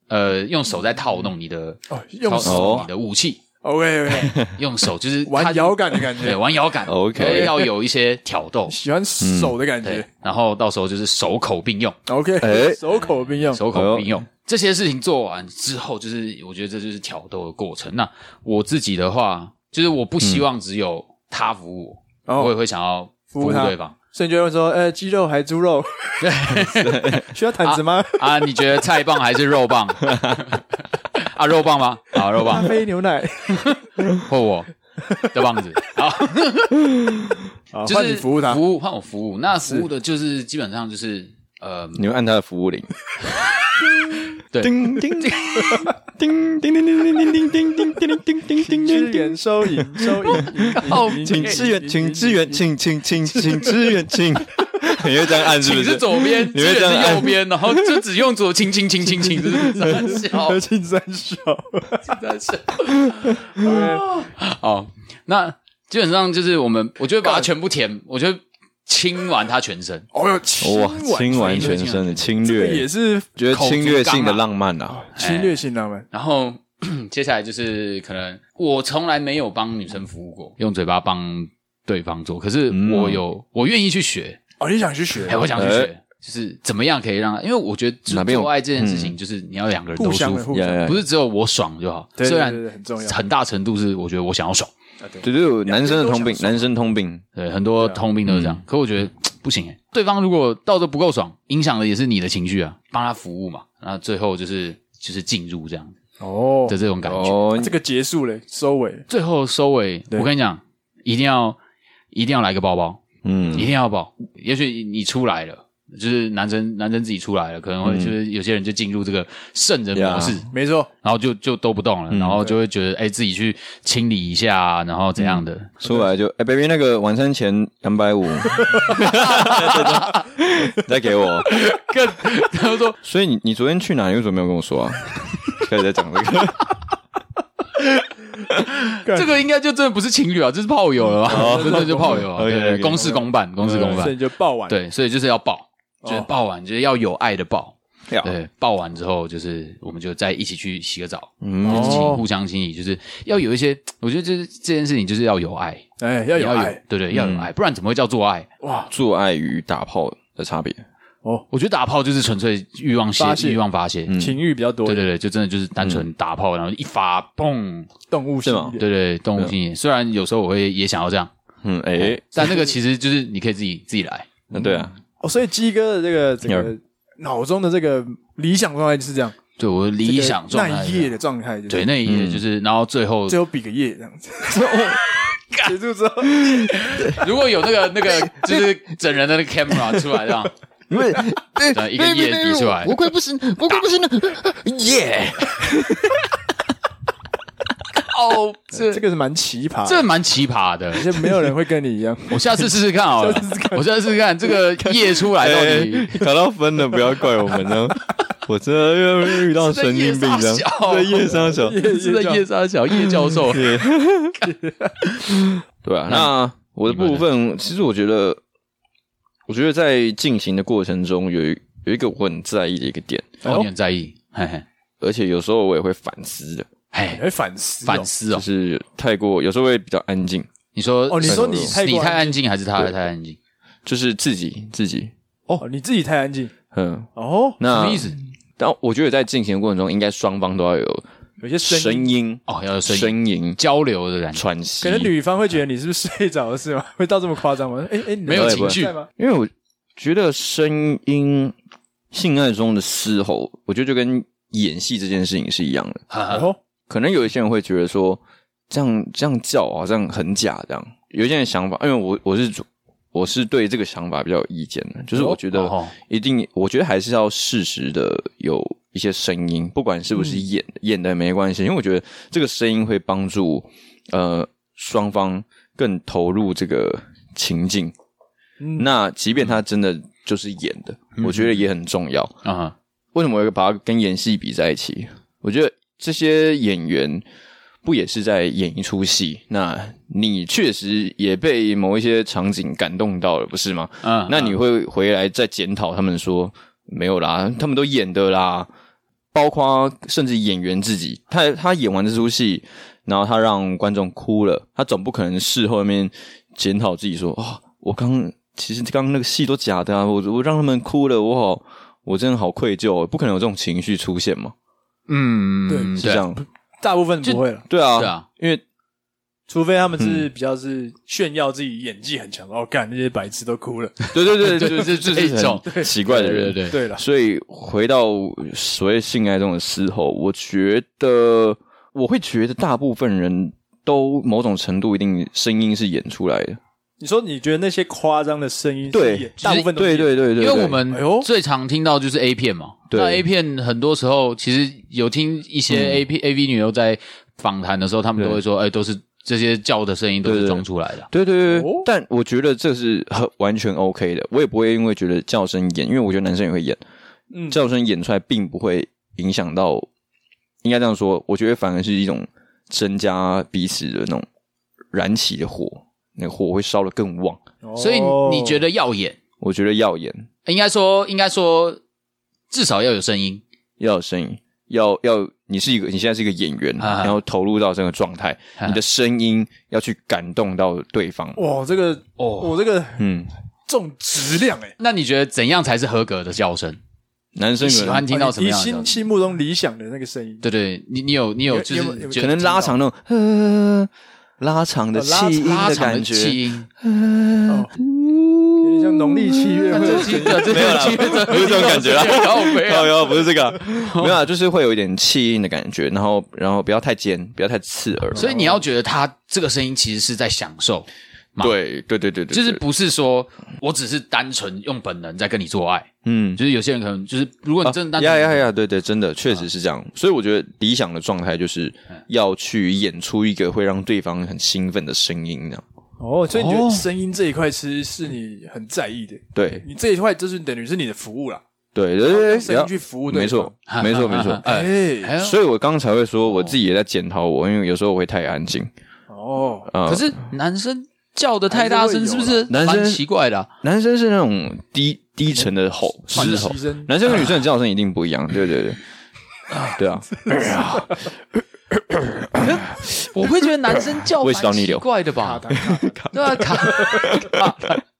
Speaker 2: 呃，用手在套弄你的
Speaker 1: 哦，用
Speaker 2: 操
Speaker 1: 手
Speaker 2: 你的武器，
Speaker 1: ，OK OK，
Speaker 2: 用手就是他
Speaker 1: 玩摇杆的哦感
Speaker 2: 对
Speaker 1: 觉，
Speaker 2: 玩摇杆
Speaker 3: OK
Speaker 2: 要有一些挑逗，
Speaker 1: 喜欢手的感
Speaker 2: 对
Speaker 1: 觉，
Speaker 2: 然后到时候就是手口并用。
Speaker 1: ，OK，
Speaker 3: 哎
Speaker 1: 手口并用，
Speaker 2: 手口并用、
Speaker 1: 哎
Speaker 2: 这些事情做完之后，就是我觉得这就是挑逗的过程。那我自己的话，就是我不希望只有他服务我，我也
Speaker 1: 哦，
Speaker 2: 会想要
Speaker 1: 服
Speaker 2: 服务
Speaker 1: 务他
Speaker 2: 对方
Speaker 1: 所以你就会说，呃，鸡肉还猪 肉，需要毯子吗？
Speaker 2: 啊。你觉得菜棒还是 肉棒？啊，肉棒吗？好，肉
Speaker 1: 咖
Speaker 2: 棒
Speaker 1: 啡牛奶，
Speaker 2: 或我 的棒子，好，
Speaker 1: 好
Speaker 2: 啊就
Speaker 1: 啊换你
Speaker 2: 是
Speaker 1: 服务他，
Speaker 2: 服务换我服务。那服务的就是基本上就是 呃，
Speaker 3: 你们按他的服务铃，
Speaker 2: 对
Speaker 3: 叮叮叮叮叮叮叮叮叮叮叮叮叮叮
Speaker 1: 支
Speaker 3: 叮叮
Speaker 1: 援。收银，收银
Speaker 2: 靠
Speaker 1: 银，银
Speaker 3: 请支援，请支援，，请请请请支援，请！ 你会这样按是不
Speaker 2: 请是
Speaker 3: 是？
Speaker 2: 左边，
Speaker 3: 你
Speaker 2: 请是
Speaker 3: 会这样按
Speaker 2: 右边，然后就只用左，轻轻轻轻轻，就是很小
Speaker 1: 银银，请三小，
Speaker 2: 真是。
Speaker 1: OK，
Speaker 2: 哦，那基本上就是我们，我就会把它全部舔，我就亲完它全身。
Speaker 1: 哦哟，
Speaker 3: 哇，
Speaker 1: 亲
Speaker 3: 亲完
Speaker 1: 全
Speaker 3: 全身的侵
Speaker 1: 这个
Speaker 3: 略
Speaker 1: 也，是
Speaker 3: 觉得侵略性的浪漫啊！
Speaker 1: 侵略性浪漫，
Speaker 2: 然后接下来就是可能我从来没有帮女生服务过，用嘴巴帮对方做，可是我有，我愿意去学，
Speaker 1: 哦，你想去学
Speaker 2: 哎，，我想去学。
Speaker 3: 哎
Speaker 2: 就是怎么样可以让，因为我觉得就是
Speaker 3: 哪边有嗯
Speaker 2: 做爱这件事情，就是你要两个人都
Speaker 1: 互相
Speaker 2: 舒
Speaker 1: 的
Speaker 2: 服
Speaker 1: 互，相
Speaker 3: 呀呀
Speaker 1: 的，
Speaker 3: 呀
Speaker 2: 不是只有我爽就好。
Speaker 1: 对
Speaker 2: 虽然
Speaker 1: 对对对很重要
Speaker 2: 很大程度是我觉得我想要爽，
Speaker 3: 对对，男生的通
Speaker 1: 两
Speaker 3: 病
Speaker 1: 边都想，
Speaker 3: 男生通病，
Speaker 2: 对，很多
Speaker 1: 啊
Speaker 2: 通病都是这样。
Speaker 3: 嗯
Speaker 2: 可我觉得不行、欸，对方如果到的不够爽，影响的也是你的情绪啊，帮他服务嘛，然后最后就是就是进入这样
Speaker 1: 哦
Speaker 2: 的，这种感觉。
Speaker 3: 哦，
Speaker 1: 这个结束了，收尾，
Speaker 2: 最后收尾，
Speaker 1: 对
Speaker 2: 我跟你讲，一定要一定要来个抱抱，一
Speaker 3: 嗯，
Speaker 2: 定要抱。也许你出来了。就是男生，男生自己出来了，可能会就是有些人就进入这个圣人模式，
Speaker 1: 没错，
Speaker 2: 然后就就都不动了，然后就会觉得哎、自己去清理一下啊，然后怎样的，
Speaker 3: 出来就哎，baby，那个晚餐前两百五， 再给我。
Speaker 2: 更他就说
Speaker 3: 所以你你昨天去哪？你为什么没有跟我说啊？开始在讲这个，
Speaker 2: 这个应该就真的不是情侣啊，这是炮友了吧？ 真的就炮友啊，对
Speaker 3: OK，OK，
Speaker 2: 对，对公事公办，公事公
Speaker 1: 嗯所以
Speaker 2: 办。
Speaker 1: 你就爆完，
Speaker 2: 对，所以就是要抱，
Speaker 1: 哦
Speaker 2: 就是抱完，就是要有爱的抱。
Speaker 3: 要
Speaker 2: 对，抱完之后，就是我们就再一起去洗个澡，
Speaker 3: 嗯
Speaker 2: 就是
Speaker 1: 哦
Speaker 2: 互相清理，就是要有一些，我觉得就是这件事情就是要有爱，
Speaker 1: 哎，要有
Speaker 2: 要
Speaker 1: 爱，
Speaker 2: 对对，要有爱，不然怎么会叫做爱？
Speaker 1: 哇，
Speaker 3: 做爱与打炮的差别。
Speaker 1: 哦，
Speaker 2: 我觉得打炮就是纯粹欲望
Speaker 1: 发泄嗯
Speaker 2: 泄，欲望发泄。
Speaker 1: 情欲比较多，
Speaker 2: 嗯对对对，就真的就是单纯打炮，然后一发嘣，
Speaker 1: 动物性
Speaker 3: 是吗
Speaker 1: 一点
Speaker 2: 对对，动物性也。虽然有时候我会也想要这样，
Speaker 3: 嗯，哎，
Speaker 2: 但那个其实就是你可以自己自己来。
Speaker 3: 那对啊，
Speaker 1: 哦，所以鸡哥的这个这个
Speaker 3: 有
Speaker 1: 脑中的这个理想状态就是这样，
Speaker 2: 对我的理想状
Speaker 1: 这个
Speaker 2: 态
Speaker 1: 那一
Speaker 2: 是这
Speaker 1: 夜
Speaker 2: 样，
Speaker 1: 的状态，
Speaker 2: 对，那一页
Speaker 3: 嗯
Speaker 2: 就是，然后最后
Speaker 1: 最后比个夜这样子， 结束之后，
Speaker 2: 如果有那个那个就是整人的那个 camera 出来这样，
Speaker 3: 因为
Speaker 2: 对一个夜比出来，
Speaker 3: 快不行，我快不行了，耶！
Speaker 2: 哦，这
Speaker 1: 这个是蛮奇葩的，
Speaker 2: 这蛮奇葩的。
Speaker 1: 而且没有人会跟你一样，
Speaker 2: 我下次试试看好了，我下次试试看这个夜出来到底
Speaker 3: 哎，考到分了，不要怪我们 呢。我真的又遇到神经病
Speaker 2: 是在
Speaker 3: 了
Speaker 2: 夜杀小，
Speaker 3: 对夜商小，
Speaker 2: 是在夜沙小叶教授，
Speaker 3: 对啊。那我的部分，其实我觉得，我觉得在进行的过程中，有一有一个我很在意的一个点，
Speaker 1: 哎
Speaker 2: 哦，你很在意，嘿哎嘿，
Speaker 3: 而且有时候我也会反思的，
Speaker 1: 你
Speaker 2: 嘿，
Speaker 1: 会反思哦，
Speaker 2: 反思
Speaker 3: 就
Speaker 2: 哦。
Speaker 3: 是太过，有时候会比较安静，
Speaker 2: 你说
Speaker 1: 哦你说你太过
Speaker 2: 是你太
Speaker 1: 安
Speaker 2: 安静还是他太安静？
Speaker 3: 就是自己自己，
Speaker 1: 哦，你自己太安静
Speaker 3: 嗯。
Speaker 1: 哦，
Speaker 2: 什
Speaker 3: 那
Speaker 2: 么意思？
Speaker 3: 但我觉得在进行的过程中，应该双方都要有
Speaker 1: 有些声音，
Speaker 3: 声音、
Speaker 2: 哦，要有声音
Speaker 3: 呻吟、
Speaker 2: 交流的感觉，
Speaker 3: 喘息
Speaker 1: 可。能女方会觉得你是不是睡着了是吗？会到这么夸张吗？哎哎，你
Speaker 2: 没有
Speaker 1: 在
Speaker 2: 情
Speaker 1: 吗
Speaker 2: 绪
Speaker 1: 在吗？
Speaker 3: 因为我觉得声音、性爱中的嘶吼，我觉得就跟演戏这件事情是一样的。
Speaker 2: 哈啊哈
Speaker 1: 哦，
Speaker 3: 可能有一些人会觉得说，这样这样叫好像很假，这样有一些人想法，因为我我是主我是对这个想法比较有意见的，就是我觉
Speaker 2: 哦
Speaker 3: 得
Speaker 2: 吼
Speaker 3: 一定，我觉得还是要适时的有一些声音，不管是不
Speaker 2: 嗯
Speaker 3: 是演、演的没关系，因为我觉得这个声音会帮助呃双方更投入这个情境。
Speaker 1: 嗯
Speaker 3: 那即便他真的就是演的，
Speaker 2: 嗯
Speaker 3: 我觉得也很重要。
Speaker 2: 啊哈，
Speaker 3: 为什么我要把它跟演戏比在一起？我觉得这些演员不也是在演一出戏？那你确实也被某一些场景感动到了，不是吗？
Speaker 2: 嗯，
Speaker 3: 那你会回来再检讨他们说没有啦，他们都演的啦，包括甚至演员自己，他他演完这出戏，然后他让观众哭了，他总不可能事后面检讨自己说哦，我刚其实刚刚那个戏都假的啊，我我让他们哭了，我好我真的好愧疚哦，不可能有这种情绪出现嘛，
Speaker 2: 嗯，
Speaker 1: 对
Speaker 3: 是
Speaker 2: 对
Speaker 3: 这样，
Speaker 1: 大部分不会了，
Speaker 3: 对啊，
Speaker 2: 是啊，
Speaker 3: 因为
Speaker 1: 除非他们是
Speaker 2: 嗯
Speaker 1: 比较是炫耀自己演技很强，哦，干那些白痴都哭了。
Speaker 3: 对对对对对，这这
Speaker 2: 这种
Speaker 3: 很奇怪的人，
Speaker 2: 对对对，
Speaker 1: 对了，
Speaker 3: 所以回到所谓性爱中的嘶吼，我觉得我会觉得大部分人都某种程度一定声音是演出来的，
Speaker 1: 你说你觉得那些夸张的声音
Speaker 3: 对
Speaker 1: 是演，大部分都是
Speaker 3: 对对对对，
Speaker 2: 因为
Speaker 3: 对
Speaker 2: 我们
Speaker 1: 哎呦
Speaker 2: 最常听到就是 A 片嘛，
Speaker 3: 对
Speaker 2: 那 A 片很多时候其实有听一些 A 片 A V 女优在访谈的时候，他们都会说，哎，都是这些叫的声音都
Speaker 3: 对
Speaker 2: 是
Speaker 3: 对
Speaker 2: 装出来的，
Speaker 3: 对对对对，
Speaker 1: 哦
Speaker 3: 但我觉得这是很完全 OK 的，我也不会因为觉得叫声演，因为我觉得男生也会演，
Speaker 1: 嗯
Speaker 3: 叫声演出来并不会影响到，应该这样说，我觉得反而是一种增加彼此的那种燃起的火，那个火会烧得更旺，
Speaker 1: 哦
Speaker 2: 所以你觉得耀眼，
Speaker 3: 我觉得耀眼。
Speaker 2: 应该说应该说至少要有声音，
Speaker 3: 要有声音，要要你是一个，你现在是一个演员，
Speaker 2: 啊
Speaker 3: 然后投入到这个状态，
Speaker 2: 啊
Speaker 3: 你的声音要去感动到对方。
Speaker 1: 哇，这个
Speaker 2: 哦
Speaker 1: 我这个
Speaker 3: 嗯，
Speaker 1: 重质量哎，
Speaker 2: 那你觉得怎样才是合格的叫声？
Speaker 3: 男生
Speaker 2: 你
Speaker 3: 可
Speaker 2: 喜欢
Speaker 3: 能
Speaker 2: 听到什么
Speaker 1: 你
Speaker 2: 样的叫
Speaker 1: 心
Speaker 2: 声？
Speaker 1: 心目中理想的那个声音，
Speaker 2: 对对，你你有你有
Speaker 1: 有
Speaker 2: 就
Speaker 1: 有没有
Speaker 2: 是觉
Speaker 3: 可
Speaker 2: 得
Speaker 3: 能拉长那种呃拉长的
Speaker 1: 哦拉长
Speaker 3: 气音
Speaker 2: 拉
Speaker 3: 的
Speaker 2: 长的
Speaker 3: 感觉，
Speaker 2: 气音，
Speaker 1: 哦有点像农历七
Speaker 2: 嗯
Speaker 1: 月会有声音，
Speaker 2: 没有啦，
Speaker 3: 不是这种感觉啦
Speaker 2: 靠背啊
Speaker 3: 没有，不 是这个啊，
Speaker 2: 哦
Speaker 3: 没有啊，就是会有一点气音的感觉，然后然后不要太尖，不要太刺耳。
Speaker 2: 所以你要觉得他这个声音其实是在享受，
Speaker 3: 对对对对对，
Speaker 2: 就是
Speaker 3: 对
Speaker 2: 不是说我只是单纯用本能在跟你做爱，
Speaker 3: 嗯，
Speaker 2: 就是有些人可能就是啊如果你真的单纯
Speaker 3: 啊呀呀呀！对对，真的确实是这样。所以我觉得理想的状态就是
Speaker 2: 嗯
Speaker 3: 要去演出一个会让对方很兴奋的声音，这样
Speaker 1: 哦，所以你觉
Speaker 2: 哦
Speaker 1: 得声音这一块其实是你很在意的，
Speaker 3: 对
Speaker 1: 你这一块就是等于是你的服务啦，
Speaker 3: 对对
Speaker 1: 用
Speaker 3: 对
Speaker 1: 声
Speaker 3: 对，
Speaker 1: 音
Speaker 3: 要
Speaker 1: 去服务对
Speaker 3: 没错，没错，没错。
Speaker 2: 哎，
Speaker 1: 哎，
Speaker 2: 哎呦
Speaker 3: 所以我刚才会说，
Speaker 2: 哦
Speaker 3: 我自己也在检讨我，因为有时候我会太安静。
Speaker 1: 哦，
Speaker 3: 啊
Speaker 2: 可是男生叫的太大声，
Speaker 1: 男
Speaker 2: 是
Speaker 1: 生
Speaker 2: 不
Speaker 1: 会有啦
Speaker 2: 是
Speaker 3: 男生
Speaker 2: 蛮奇怪的 啊？
Speaker 3: 男生是那种低低沉的吼
Speaker 2: 哦
Speaker 1: 实
Speaker 3: 嘶吼
Speaker 1: 习，生
Speaker 3: 男生跟女生的叫声一定不一样。对对对，对啊，
Speaker 2: 我会觉得男生叫
Speaker 3: 胃食道
Speaker 2: 蛮
Speaker 3: 逆
Speaker 2: 奇
Speaker 3: 流
Speaker 2: 啊怪的吧？对啊，卡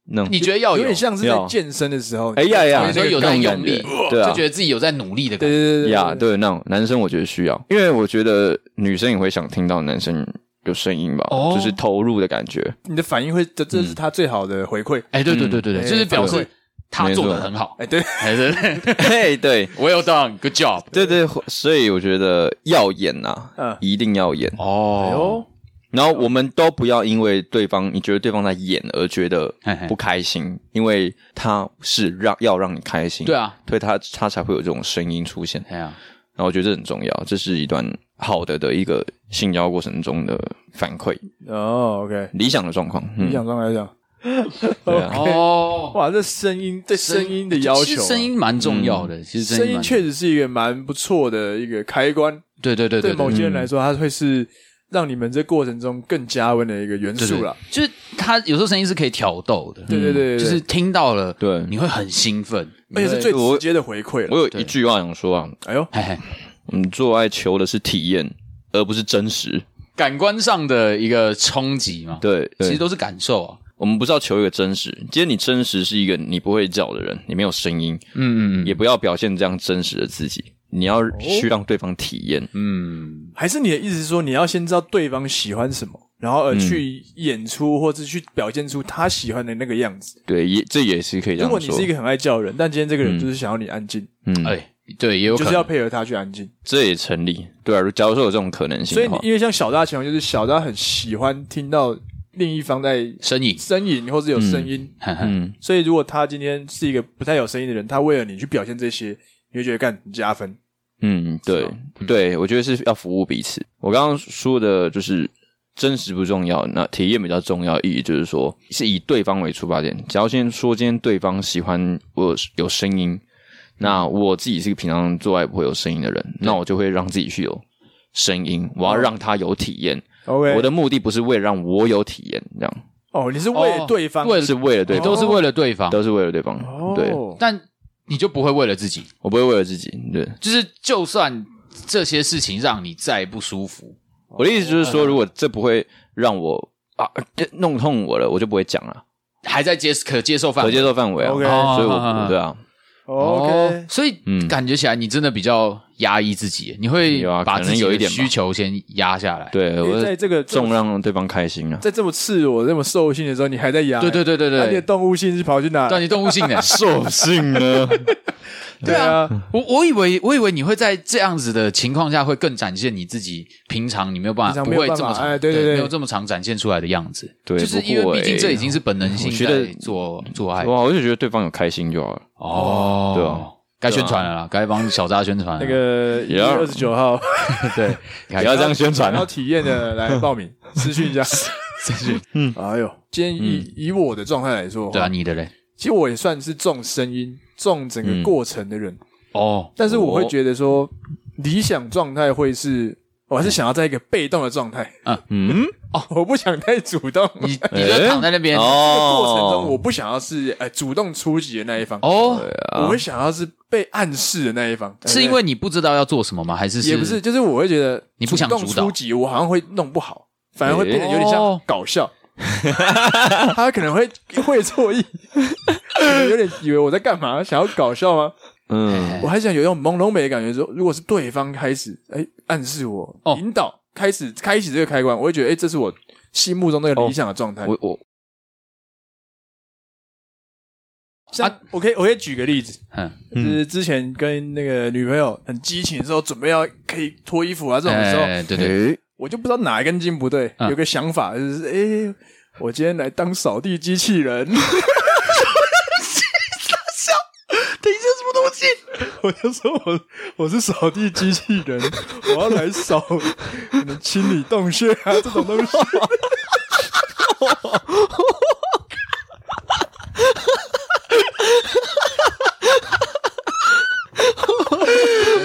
Speaker 3: 那种
Speaker 2: 你觉得要
Speaker 1: 有点
Speaker 2: 有
Speaker 1: 像是在
Speaker 3: 要
Speaker 1: 健身的时候，
Speaker 3: 哎呀呀，
Speaker 2: 你说有在
Speaker 3: 那种
Speaker 2: 用
Speaker 3: 感
Speaker 2: 力
Speaker 3: 觉，对啊，
Speaker 2: 就觉得自己有在努力的
Speaker 1: 对
Speaker 2: 感觉。
Speaker 1: 对对对
Speaker 3: 呀，对那种男生我觉得需要，因为我觉得女生也会想听到男生有声音吧，
Speaker 2: 哦
Speaker 3: 就是投入的感觉。
Speaker 1: 你的反应会，这这是他最好的回馈。
Speaker 2: 哎，对对对对对，
Speaker 1: 嗯
Speaker 2: 就是
Speaker 1: 哎
Speaker 2: 表示
Speaker 1: 对
Speaker 2: 他做的
Speaker 3: 没错
Speaker 2: 很好。
Speaker 1: 哎，对，
Speaker 2: 哎，对对对
Speaker 3: 嘿，对
Speaker 2: ，Well done，Good job。
Speaker 3: 对对，所以我觉得要演呐、
Speaker 1: 嗯
Speaker 3: 一定要演。
Speaker 2: 哦，
Speaker 1: 哦，
Speaker 3: 然后我们都不要因为对方你觉得对方在演而觉得
Speaker 2: 嘿嘿
Speaker 3: 不开心，因为他是让要让你开心，
Speaker 2: 对，啊，
Speaker 3: 所以他他才会有这种声音出现。
Speaker 2: 哎呀，
Speaker 3: 然后我觉得这很重要，这是一段好的的一个性交过程中的反馈，
Speaker 1: 哦，OK，
Speaker 3: 理想的状况。嗯
Speaker 1: 理想状态来讲，
Speaker 3: 对啊，
Speaker 2: 哦，
Speaker 1: 哇，这声音对声音的要求
Speaker 2: 其实
Speaker 1: 啊，
Speaker 2: 声音蛮重要的。其实
Speaker 1: 声
Speaker 2: 音
Speaker 1: 音
Speaker 2: 蛮
Speaker 1: 确实是一个蛮不错的一个开关。
Speaker 2: 对对对
Speaker 1: 对
Speaker 2: 对
Speaker 1: 某
Speaker 2: 对，
Speaker 1: 些人来说，它会是让你们这过程中更加温的一个元
Speaker 2: 对
Speaker 1: 素啦。
Speaker 2: 就是他有时候声音是可以挑逗的。
Speaker 1: 对对对，对
Speaker 2: 就是听到了，
Speaker 3: 对
Speaker 2: 你会很兴奋。
Speaker 1: 而且是最直接的回馈
Speaker 3: 我
Speaker 1: 了。
Speaker 3: 有一句话想说啊，
Speaker 1: 哎呦，
Speaker 2: 嘿嘿，
Speaker 3: 我们做爱求的是体验，而不是真实。
Speaker 2: 感官上的一个冲击嘛，，
Speaker 3: 对，
Speaker 2: 其实
Speaker 3: 对
Speaker 2: 都是感受啊。
Speaker 3: 我们不是要求一个真实。今天你真实是一个你不会叫的人，你没有声音，
Speaker 2: 嗯嗯
Speaker 3: 也不要表现这样真实的自己。你要去让对方体验，
Speaker 2: 嗯，
Speaker 1: 还是你的意思是说，你要先知道对方喜欢什么，然后而去
Speaker 3: 嗯
Speaker 1: 演出或者去表现出他喜欢的那个样子。
Speaker 3: 对，也这也是可以
Speaker 1: 如
Speaker 3: 这样
Speaker 1: 果你
Speaker 3: 说
Speaker 1: 是一。个很爱叫人，但今天这个人
Speaker 3: 嗯
Speaker 1: 就是想要你安静，
Speaker 3: 嗯，哎，
Speaker 2: 哎，对，也有
Speaker 1: 你就
Speaker 2: 可能
Speaker 1: 是要配合他去安静。
Speaker 3: 这也成立。对啊，假如说有这种可能性
Speaker 1: 所以
Speaker 3: 的
Speaker 1: 你
Speaker 3: 话，
Speaker 1: 因为像小大情况，就是小大很喜欢听到另一方在
Speaker 2: 身影，
Speaker 1: 呻吟或者有声音，
Speaker 2: 嘿嘿
Speaker 3: 嗯，
Speaker 1: 所以如果他今天是一个不太有声音的人，他为了你去表现这些，你会觉得干你加分。
Speaker 3: 嗯，对对，我觉得是要服务彼此。我刚刚说的就是真实不重要，那体验比较重要。意义就是说，是以对方为出发点。假如先说今天对方喜欢我有声音，那我自己是个平常做爱不会有声音的人，那我就会让自己去有声音，我要让他有体验。
Speaker 1: OK，
Speaker 3: 我的目的不是为了让我有体验，这样
Speaker 1: 哦，你是为了对方，
Speaker 2: 哦为了
Speaker 3: 是为了对
Speaker 2: 对，
Speaker 3: 方，
Speaker 2: 都是为了对方，
Speaker 3: 都是为了对方。
Speaker 1: 哦，
Speaker 3: 对，
Speaker 2: 但你就不会为了自己。
Speaker 3: 我不会为了自己。对，
Speaker 2: 就是就算这些事情让你再不舒服，
Speaker 3: 我的意思就
Speaker 2: 嗯
Speaker 3: 是说，如果这不会让我啊这弄痛我了，我就不会讲了，
Speaker 2: 还在接可接受范
Speaker 3: 可接
Speaker 2: 围。
Speaker 3: 受范围啊。
Speaker 1: OK
Speaker 2: 哦
Speaker 3: 所以我
Speaker 2: 好好好
Speaker 3: 我对啊，
Speaker 1: OK，
Speaker 2: 哦所以
Speaker 3: 嗯
Speaker 2: 感觉起来你真的比较压抑自己，你会
Speaker 3: 有啊
Speaker 2: 把
Speaker 3: 可
Speaker 2: 自
Speaker 3: 能
Speaker 2: 己
Speaker 3: 有
Speaker 2: 的
Speaker 3: 一点吧
Speaker 2: 需求先压下来。
Speaker 3: 对
Speaker 1: 因为在
Speaker 3: 我
Speaker 1: 这个这
Speaker 3: 重
Speaker 1: 么
Speaker 3: 让对方开心啊。
Speaker 1: 在这么赤裸、这么兽性的时候，你还在
Speaker 3: 啊
Speaker 1: 压，
Speaker 2: 对对对对
Speaker 1: 那你的
Speaker 2: 对，
Speaker 1: 动物性是跑去哪？
Speaker 2: 对你动物性的。
Speaker 3: 兽性呢？
Speaker 1: 对啊，
Speaker 2: 我我以为我以为你会在这样子的情况下会更展现你自己平常你没有办
Speaker 1: 平
Speaker 2: 法
Speaker 1: 常
Speaker 2: 不
Speaker 1: 没有
Speaker 2: 会
Speaker 1: 办
Speaker 2: 这么
Speaker 1: 法
Speaker 2: 长
Speaker 1: 哎对对对
Speaker 2: 没有这么长展现出来的样子，
Speaker 3: 对
Speaker 2: 就是
Speaker 3: 不
Speaker 2: 因为
Speaker 3: 会
Speaker 2: 毕竟这已经是本能性
Speaker 3: 我觉得
Speaker 2: 在做做爱
Speaker 3: 哇，我就觉得对方有开心就好了。
Speaker 2: 哦，
Speaker 3: 对啊，
Speaker 2: 该宣传了啦，该帮小扎宣传了
Speaker 1: 那个一月
Speaker 3: Yeah
Speaker 1: 二十九号，
Speaker 2: 对，
Speaker 3: 不要这样宣传
Speaker 1: 想要
Speaker 3: 啊！
Speaker 1: 体验的来报名，私讯一下，私
Speaker 2: 讯。
Speaker 1: 嗯，哎呦，今天以以我的状态来说，
Speaker 2: 对啊，，你的嘞，
Speaker 1: 其实我也算是重声音、重整个过程的人，
Speaker 2: 哦，
Speaker 1: 但是我会觉得说，理想状态会是，我还是想要在一个被动的状态，
Speaker 3: 嗯，
Speaker 1: 我不想太主动。
Speaker 2: 你你就躺在那边哦，
Speaker 1: 这个过程中，我不想要是呃主动出击的那一方，我会想要是被暗示的那一方，
Speaker 2: 哦是因为你不知道要做什么吗？还是
Speaker 1: 也不是，就是我会觉得
Speaker 2: 你不想
Speaker 1: 主
Speaker 2: 主
Speaker 1: 动
Speaker 2: 导
Speaker 1: 出击，我好像会弄不好，反而会变得有点像
Speaker 2: 哦
Speaker 1: 搞笑。 他可能会会错意，可能有点以为我在干嘛，想要搞笑吗？
Speaker 3: 嗯，
Speaker 1: 我还想有一种朦胧美的感觉，说如果是对方开始哎、暗示我、
Speaker 2: 哦
Speaker 1: 引导，开始开启这个开关，我会觉得哎、这是我心目中那个理想的状
Speaker 2: 哎
Speaker 1: 态。
Speaker 3: 我我
Speaker 1: 像、
Speaker 2: 啊
Speaker 1: 我可以我可以举个例子，
Speaker 2: 嗯
Speaker 1: 就是之前跟那个女朋友很激情的时候，准备要可以脱衣服啊这种的时候，
Speaker 2: 哎，对对，
Speaker 3: 诶，
Speaker 1: 我就不知道哪一根筋不对，
Speaker 2: 嗯
Speaker 1: 有个想法就是哎。我今天来当扫地机器人，
Speaker 2: 等一下什么东西？
Speaker 1: 我就说我我是扫地机器 人，我要来扫，可能清理洞穴啊这种 东西。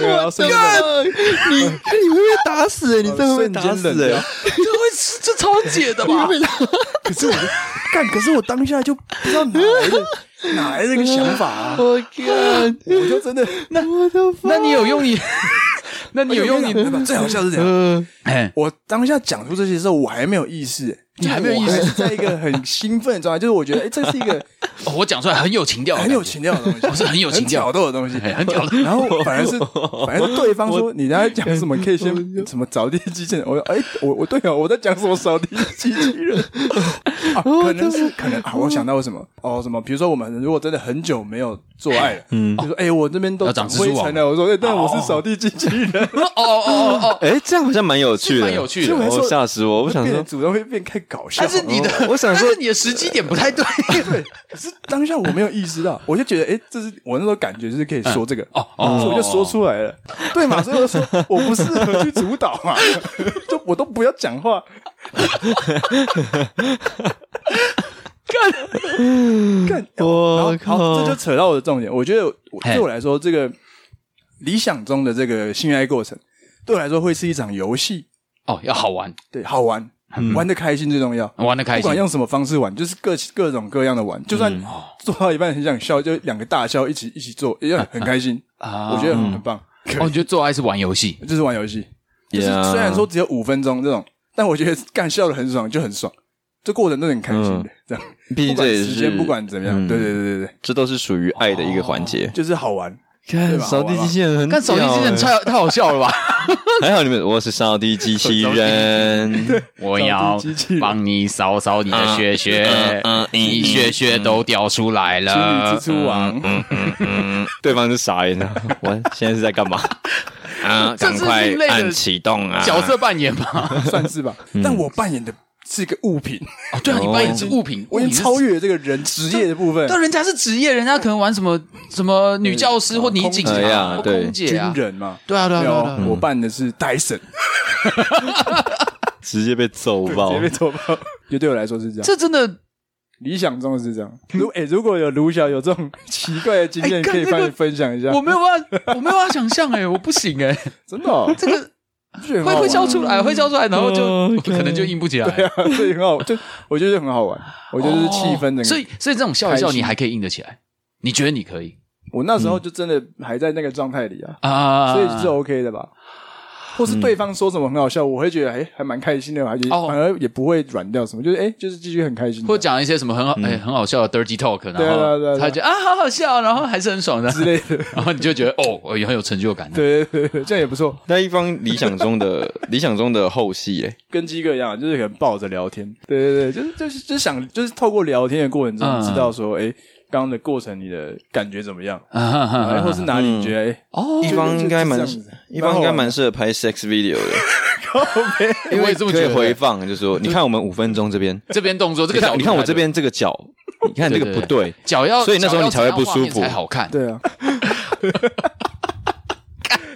Speaker 1: 没有啊瞬间冷
Speaker 3: 你你会被打
Speaker 2: 欸
Speaker 3: 死， 你
Speaker 1: 瞬间冷掉。
Speaker 2: 这会是这超解的吧？
Speaker 1: 可是我就干，可是我当下就不知道哪来的哪来的这
Speaker 2: 哦
Speaker 1: 个想法啊！
Speaker 3: 我靠！
Speaker 1: 我就真的
Speaker 2: 那你有用你？那你有用你？
Speaker 1: 你最好笑是这样，
Speaker 3: 嗯，
Speaker 2: 哎
Speaker 1: 我当下讲出这些时候，我还没有意识、欸
Speaker 2: 你还没有意
Speaker 1: 我
Speaker 2: 识
Speaker 1: 还是在一个很兴奋的状态，就是我觉得，哎、这是一个
Speaker 2: 哦我讲出来很有情调的感
Speaker 1: 很
Speaker 2: 觉，
Speaker 1: 有情调的东
Speaker 2: 哦，
Speaker 1: 西，
Speaker 2: 是 很有情
Speaker 1: 很挑
Speaker 2: 调，
Speaker 1: 逗的东西，
Speaker 2: 哎很屌的。
Speaker 1: 然 后反而是，反而是对方说你在讲什么，可以先什么扫地机器人。我说，哎、我我对哦，我在讲什么扫地机器人？啊，可能是可能啊，我想到什么哦，什么？比如说我们如果真的很久没有做爱了，嗯，就说哎、我这边都
Speaker 2: 要长蜘
Speaker 1: 灰
Speaker 2: 蛛网
Speaker 1: 尘了。我说，哎、但我是扫地机器人，
Speaker 2: 哦哦哦哦，
Speaker 3: 哎，这样好像蛮有趣的，哦
Speaker 2: 蛮有趣的
Speaker 1: 所以 我还说
Speaker 3: 我吓死我！我想
Speaker 1: 变得
Speaker 3: 说，
Speaker 1: 主动会变太搞笑。
Speaker 2: 但是你的，
Speaker 3: 我想说
Speaker 2: 但是你的时机点不太对。
Speaker 1: 对，可是当下我没有意识 到，我就觉得，哎、这是我那时候感觉就是可以说这个，
Speaker 2: 哦哦
Speaker 1: 所以我就说出来了，对 嘛？所以我说我不适合去主导嘛， 就我都不要讲 话，干 干，
Speaker 3: 我
Speaker 1: 好，
Speaker 3: 靠，
Speaker 1: 这就扯到我的重点。我觉得我
Speaker 2: 嘿
Speaker 1: 对我来说，这个理想中的这个性爱过程，对我来说会是一场游戏，
Speaker 2: 哦，要好玩，
Speaker 1: 对，好玩，
Speaker 2: 嗯
Speaker 1: 玩的开心最重要。
Speaker 2: 玩的开
Speaker 1: 不
Speaker 2: 心嗯
Speaker 1: 管。用什么方式玩，就是各各种各样的玩，就算
Speaker 2: 哦
Speaker 1: 做到一半很想笑，就两个大笑一起一起 做，也很开心。
Speaker 2: 啊嗯
Speaker 1: 我觉得很很棒，
Speaker 2: 哦，你觉得做爱是玩游戏？
Speaker 1: 就是玩游戏，就是虽然说只有五分钟这种，但我觉得干笑的很爽，就很爽，这过程都很开
Speaker 2: 嗯
Speaker 1: 心的。这样，
Speaker 3: 毕
Speaker 1: 不
Speaker 3: 竟这
Speaker 1: 管
Speaker 3: 也
Speaker 1: 时间
Speaker 3: 是
Speaker 1: 不管怎么样，
Speaker 3: 嗯
Speaker 1: 对对对对对，
Speaker 3: 这都是属于爱的一个环节。
Speaker 1: 就是好玩。对
Speaker 3: 看
Speaker 1: 吧
Speaker 3: 扫地机器人
Speaker 1: 嗯
Speaker 3: 很屌
Speaker 2: 看
Speaker 3: 欸，
Speaker 2: 手机真的
Speaker 1: 啊
Speaker 2: 太太好笑了吧？
Speaker 3: 还好你们，我是扫地机器 人。
Speaker 2: 我要帮你扫扫你
Speaker 3: 啊
Speaker 1: 啊
Speaker 2: 的血
Speaker 1: 嗯
Speaker 3: 嗯
Speaker 2: 血，你血血都掉出来
Speaker 1: 情侣
Speaker 2: 了
Speaker 1: 蜘。蛛
Speaker 2: 嗯
Speaker 1: 网，
Speaker 3: 嗯对方是傻 眼了，我现在是在干嘛？啊，
Speaker 2: 这
Speaker 3: 赶
Speaker 2: 是
Speaker 3: 快
Speaker 2: 另类的
Speaker 3: 按启动啊！
Speaker 2: 嗯角色扮演嘛，
Speaker 1: 算是吧。但我扮演的是一个物品，
Speaker 2: 嗯哦，对啊，你扮演是物品，
Speaker 1: 我已
Speaker 2: 物品
Speaker 1: 经
Speaker 2: 是
Speaker 1: 超。越这个人职业的部分，
Speaker 2: 但人家是职业，人家可能玩什么什么女教
Speaker 1: 啊
Speaker 2: 师或女警
Speaker 3: 哎呀
Speaker 2: 察、或
Speaker 3: 对
Speaker 2: 空姐
Speaker 1: 军
Speaker 2: 啊，
Speaker 1: 人嘛。
Speaker 2: 对啊对啊
Speaker 1: 没
Speaker 2: 对啊
Speaker 1: 有
Speaker 2: 对啊，，
Speaker 1: 我扮的是戴森，
Speaker 3: 直接被揍爆
Speaker 1: 直接被戳爆。 就对我来说是这样。
Speaker 2: 这真的
Speaker 1: 理想中是这样。 如哎、如果有卢晓有这种 奇怪的经验，
Speaker 2: 哎干
Speaker 1: 可以
Speaker 2: 这个
Speaker 1: 帮你分享一下。
Speaker 2: 我没有办法，我没有办法想象哎、我不行哎、
Speaker 1: 真的、 哦、
Speaker 2: 这个
Speaker 1: 会
Speaker 2: 会会笑出来，会笑出来，然后就、
Speaker 3: OK
Speaker 2: 可能就硬不起来。
Speaker 1: 嗯
Speaker 2: 哦
Speaker 1: 对啊， 所以很好，就我觉得很好玩。我觉得是气氛整个。
Speaker 2: 所以所以这种笑一笑，
Speaker 1: 开心
Speaker 2: 你还可以硬得起来，你觉得你可以
Speaker 1: 我那时候就真的还在那个状态里啊，
Speaker 2: 啊？
Speaker 1: 所以是 OK 的吧。或是对方说什么很好笑，我会觉得哎、还蛮开心的，而且
Speaker 2: 哦
Speaker 1: 反而也不会软掉什么，就是哎、就是继续很开心的，
Speaker 2: 或讲一些什么很好哎、很好笑的 dirty talk，
Speaker 1: 嗯对啊对啊对
Speaker 2: 然
Speaker 1: 啊
Speaker 2: 后
Speaker 1: 对啊
Speaker 2: 他觉得啊好好笑，然后还是很爽的
Speaker 1: 之，类的。
Speaker 2: 然后你就觉得哦我也很有成就感。
Speaker 1: 对对对对，这样也不错，
Speaker 3: 那一方理想中的 理想中的后戏，哎，
Speaker 1: 跟鸡哥一样，就是可能抱着聊天。对对对，就是就是就是想，就是透过聊天的过程
Speaker 2: 嗯
Speaker 1: 中，知道说哎，刚刚的过程你的感觉怎么样。
Speaker 3: 嗯
Speaker 2: 啊哈哈
Speaker 1: 然
Speaker 2: 哈
Speaker 1: 后是哪里你觉得哎，
Speaker 2: 哦，
Speaker 3: 一方应该蛮
Speaker 1: 就是这样子
Speaker 3: 一方应该蛮适合拍 sex video 的，因
Speaker 2: 我
Speaker 3: 为
Speaker 2: 也这么
Speaker 3: 可
Speaker 2: 觉
Speaker 3: 以
Speaker 2: 得
Speaker 3: 回放，就说你看我们五分钟这边，
Speaker 2: 这边动作这个
Speaker 3: 你
Speaker 2: 角度
Speaker 3: 看你看我这
Speaker 2: 来的
Speaker 3: 边这个脚，你看这个不对，
Speaker 2: 脚要，
Speaker 3: 所以那时候你
Speaker 2: 脚要
Speaker 3: 才会不
Speaker 2: 怎样画面
Speaker 3: 舒服
Speaker 2: 才好看。
Speaker 1: 对 啊，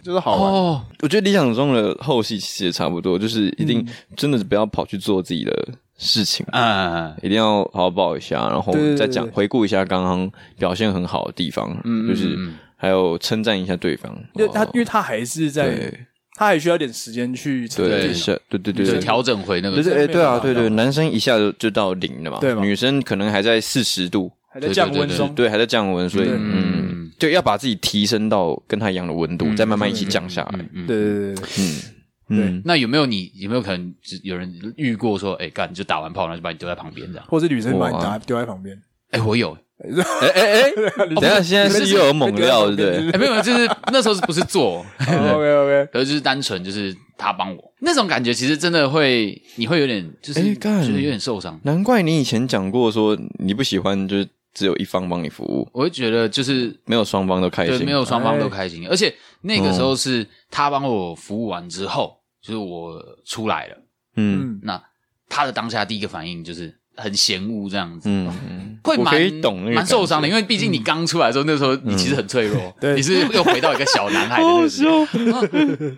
Speaker 1: 就是好玩。
Speaker 2: 哦，
Speaker 3: 我觉得理想中的后戏其实也差不多，就是一定真的不要跑去做自己的事情，
Speaker 2: 嗯，
Speaker 3: 一定要好好抱一下，然后
Speaker 1: 对对对
Speaker 3: 再讲
Speaker 1: 对
Speaker 3: 回顾一下刚刚表现很好的地方，就是
Speaker 2: 嗯
Speaker 3: 还有称赞一下对方，
Speaker 1: 因为他
Speaker 3: 哦，
Speaker 1: 因为他还是在，
Speaker 3: 对
Speaker 1: 他还需要点时间去沉
Speaker 3: 对
Speaker 1: 淀
Speaker 3: 是，对对对
Speaker 2: 就
Speaker 3: 对，
Speaker 2: 调整回那
Speaker 3: 就
Speaker 2: 个
Speaker 3: 是
Speaker 1: 真
Speaker 3: 哎、
Speaker 1: 的没
Speaker 3: 对
Speaker 1: 有
Speaker 3: 啊，
Speaker 1: 办法
Speaker 3: 对对，
Speaker 1: 的
Speaker 3: 男生一下就就到零了嘛，
Speaker 1: 对嘛
Speaker 3: 女生可能还在四十度，
Speaker 1: 还在降温中。
Speaker 3: 对，还在降温，所以
Speaker 1: 对
Speaker 3: 嗯，对，要把自己提升到跟他一样的温度，再慢慢一起降下来。
Speaker 2: 嗯
Speaker 1: 对对对嗯对，
Speaker 3: 嗯，
Speaker 2: 那有没有你有没有可能只有人遇过说，哎、干你就打完炮，然后就把你丢在旁边这样？
Speaker 1: 或是女生把你
Speaker 3: 哇
Speaker 1: 打丢在旁边，啊
Speaker 2: 哎、我有，
Speaker 3: 哎哎 哎，等一下，现在是又有猛料，对不
Speaker 1: 对
Speaker 3: 对？
Speaker 2: 哎、没有，就是那时候是不是做，
Speaker 1: OK OK，
Speaker 2: 可是就是单纯就是他帮我那种感觉，其实真的会你会有点就是、
Speaker 3: 哎干
Speaker 2: 就是有点受伤。
Speaker 3: 难怪你以前讲过说你不喜欢就是只有一方帮你服务，
Speaker 2: 我会觉得就是
Speaker 3: 没有双方都开
Speaker 2: 对，
Speaker 3: 心，哎
Speaker 2: 没有双方都开心，而且那个时候是他帮我服务完之后，就是我出来了，
Speaker 3: 嗯
Speaker 1: 嗯，
Speaker 2: 那他的当下第一个反应就是很嫌恶这样子，
Speaker 3: 嗯嗯，
Speaker 2: 会
Speaker 3: 我
Speaker 2: 蛮
Speaker 3: 可以懂那个
Speaker 2: 蛮受伤的，因
Speaker 3: 为
Speaker 2: 为毕竟你刚出来的时候，那时候你其实很脆弱，
Speaker 1: 对
Speaker 2: 你是又回到一个小男 孩的那个时候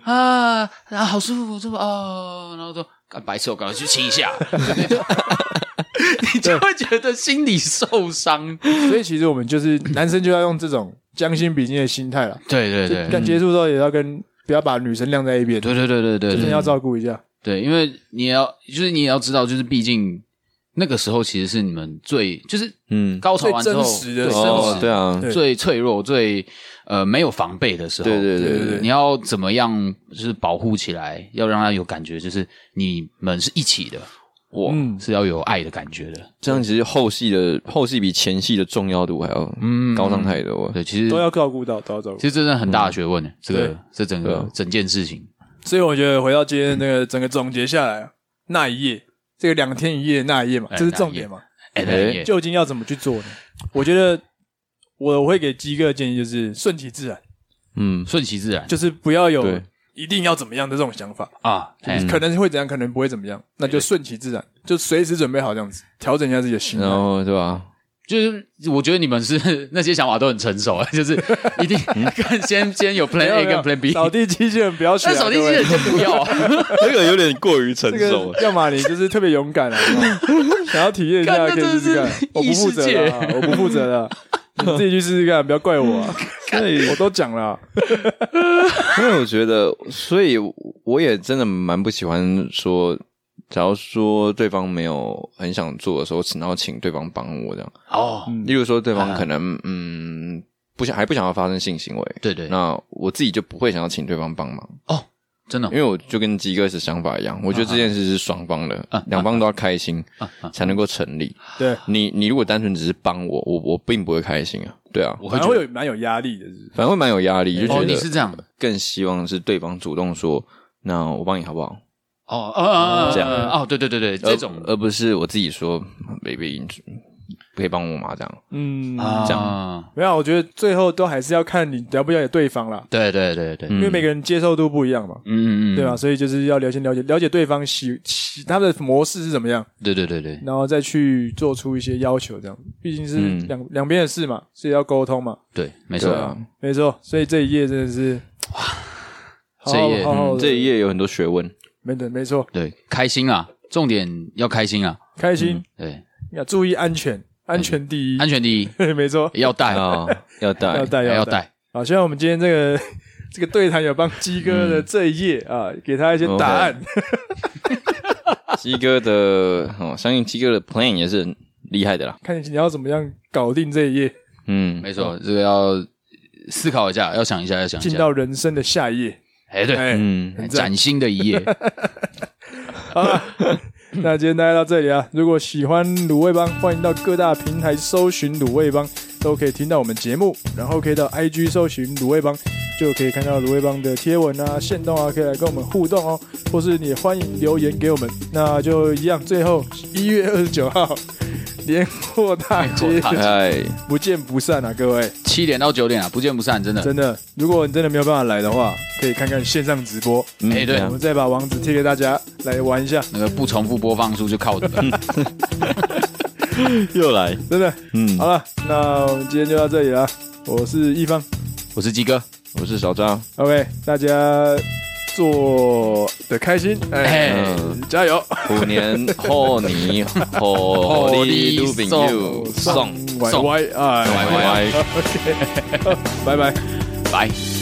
Speaker 2: 啊 啊，好舒服，舒服哦，然后说干白痴，我赶快去亲一 下，就那种你就会觉得心里受伤，
Speaker 3: 嗯
Speaker 1: 所以其实我们就是男生就要用这种将心比心的心态了，
Speaker 2: 对对对，嗯
Speaker 1: 但接触之后也要跟不要把女生晾在一边，
Speaker 2: 对对对对对
Speaker 1: 真的
Speaker 2: 对
Speaker 1: 要照顾一下。
Speaker 2: 对，因为你也要就是你也要知道，就是毕竟那个时候其实是你们最就是
Speaker 3: 嗯，
Speaker 2: 高潮完之后
Speaker 1: 最真实的
Speaker 2: 对
Speaker 1: 时候
Speaker 2: 真
Speaker 3: 哦
Speaker 2: 实，
Speaker 3: 对啊，
Speaker 1: 对
Speaker 2: 最脆弱、最呃没有防备的时候。
Speaker 3: 对对对
Speaker 1: 对对
Speaker 2: 你要怎么样就是保护起来，要让他有感觉，就是你们是一起的，我
Speaker 1: 嗯
Speaker 2: 是要有爱的感觉的。
Speaker 3: 这样其实后戏的后戏比前戏的重要度还要
Speaker 2: 嗯
Speaker 3: 高上太多。
Speaker 2: 对，其实
Speaker 1: 都要照顾到，都要照顾
Speaker 2: 其。实这真的很大的学问呢、这
Speaker 1: 对
Speaker 2: 个这整
Speaker 3: 对
Speaker 2: 个
Speaker 3: 啊
Speaker 2: 整件事情，
Speaker 1: 所以我觉得回到今天那个整个总结下来啊，那一夜，这个两天一夜那一夜嘛，
Speaker 2: 哎
Speaker 1: 这是重点嘛。
Speaker 2: 哎、
Speaker 3: 哎
Speaker 2: 也
Speaker 1: 究竟要怎么去做呢？我觉得我会给鸡哥的建议就是顺其自然，
Speaker 3: 嗯，
Speaker 2: 顺其自然
Speaker 1: 就是不要有
Speaker 3: 对
Speaker 1: 一定要怎么样的这种想法，
Speaker 2: 啊，哎
Speaker 1: 可能会怎样，可能不会怎么样，那就顺其自然，就随时准备好这样子，调整一下自己的心态
Speaker 3: 然。后对吧？
Speaker 2: 就是我觉得你们是 那些想法都很成熟，啊 就是一定 看先先有 Plan
Speaker 1: 嗯没有没
Speaker 2: A 跟
Speaker 1: 有
Speaker 2: Plan B，
Speaker 1: 扫地机器人不要学啊，
Speaker 2: 但扫地
Speaker 1: 各
Speaker 2: 机
Speaker 1: 位
Speaker 2: 器人就不要啊，
Speaker 3: 这个有点过于成
Speaker 1: 这个，要么你就是特别勇敢啊， 有没有想要体验一下
Speaker 2: 干
Speaker 1: 可
Speaker 2: 那
Speaker 1: 以试试看
Speaker 2: 真的是。
Speaker 1: 我不负责了啊，我不负责 了，你自己去试试看，不要怪我啊。我都讲了啊，
Speaker 3: 因为我觉得，所以我也真的蛮不喜欢说，假如说对方没有很想做的时候，然后请对方帮我这样。
Speaker 2: 哦，
Speaker 3: 例如说，对方可能嗯不想还不想要发生性行为，
Speaker 2: 对对，
Speaker 1: 嗯
Speaker 3: 那我自己就不会想要请对方帮忙，
Speaker 2: 真的
Speaker 1: 嗯
Speaker 3: 因为我就跟鸡哥是想法一样，我觉得这件事是双方的，两方都要开心才能够成立。
Speaker 1: 对，
Speaker 3: 你你如果单纯只是帮我，我我并不会开心啊，对啊，
Speaker 2: 我会
Speaker 1: 反正
Speaker 2: 觉
Speaker 1: 会
Speaker 2: 得
Speaker 1: 有蛮有压力的，是不是
Speaker 3: 反正会蛮有压力，就
Speaker 2: 哦，
Speaker 3: 觉
Speaker 2: 你是
Speaker 3: 得
Speaker 2: 这样的
Speaker 3: 更希望是对方主动说，那我帮你好不好？
Speaker 2: 哦，呃呃
Speaker 3: 这样
Speaker 2: 呃哦，对对对对，这种
Speaker 3: 而而不是我自己说，baby，你可以帮我吗？这样，
Speaker 1: 嗯，
Speaker 2: 啊，
Speaker 3: 这
Speaker 2: 样
Speaker 1: 没有，我觉得最后都还是要看你了不了解对方啦，
Speaker 2: 对对对对，嗯
Speaker 1: 因为每个人接受度不一样嘛，
Speaker 2: 嗯嗯，
Speaker 1: 对吧？？啊所以就是要了先了解了解对方喜喜他的模式是怎么样，
Speaker 2: 对对对对，
Speaker 1: 然后再去做出一些要求，这样毕竟是
Speaker 3: 嗯
Speaker 1: 两两边的事嘛，所以要沟通嘛，
Speaker 2: 对，没
Speaker 3: 对
Speaker 2: 错，
Speaker 3: 啊，
Speaker 1: 没错。所以这一页真的是哇，
Speaker 2: 这一页
Speaker 1: 好好
Speaker 3: 嗯，
Speaker 1: 地
Speaker 3: 这一页有很多学问，
Speaker 1: 没的，没错，
Speaker 2: 对，开心啊，重点要开心啊，
Speaker 1: 开心
Speaker 2: 对，
Speaker 1: 要注意安全，安全第一
Speaker 2: 安，全第一，
Speaker 1: 没错，
Speaker 2: 要带，哎
Speaker 3: 啊，要 带
Speaker 1: 要，带
Speaker 2: 要
Speaker 1: 要带。
Speaker 2: 带，
Speaker 1: 好，希望我们今天这个 这个对谈有帮鸡哥的这一页啊，给他一些答案。
Speaker 3: 鸡哥的，哦，相信鸡哥的 plan 也是很厉害的啦，
Speaker 1: 看你要怎么样搞定这一页，
Speaker 3: 嗯，
Speaker 2: 没错，这个要思考一下，要想一下，要想一
Speaker 1: 进
Speaker 2: 下
Speaker 1: 到，人生的下一页。
Speaker 2: 哎，对，
Speaker 1: 哎，
Speaker 3: 嗯，
Speaker 1: 很赞
Speaker 2: 崭新的一页。
Speaker 1: 好了，那今天大家到这里啊。如果喜欢卤味帮，欢迎到各大平台搜寻卤味帮，都可以听到我们节目，然后可以到 IG 搜寻卤味帮，就可以看到卤味帮的贴文啊、线动啊，可以来跟我们互动哦，或是你也欢迎留言给我们。那就一样，最后一月二十九号，年货大街
Speaker 2: 年货大街
Speaker 3: 哎，
Speaker 1: 不见不散啊，各位。
Speaker 2: 七点到九点啊，不见不散，真的。
Speaker 1: 真的，如果你真的没有办法来的话，可以看看线上直播，
Speaker 3: 嗯
Speaker 2: 哎对
Speaker 3: 这样
Speaker 1: 我们再把网址贴给大家来玩一下。
Speaker 2: 那个不重复播放数就靠你 了。
Speaker 3: 又来，
Speaker 1: 真的，
Speaker 3: 嗯，
Speaker 1: 好了，那我们今天就到这里了。我是一方
Speaker 2: 我是鸡哥，
Speaker 3: 我是小张，
Speaker 1: ，OK，大家做的开心，哎，
Speaker 2: 哎，
Speaker 3: 嗯，
Speaker 1: 加油！
Speaker 3: 虎年贺你贺你都饼又送
Speaker 1: 歪歪啊，
Speaker 2: 歪
Speaker 3: 拜
Speaker 1: 拜
Speaker 3: 拜。
Speaker 1: 拜。
Speaker 2: 拜。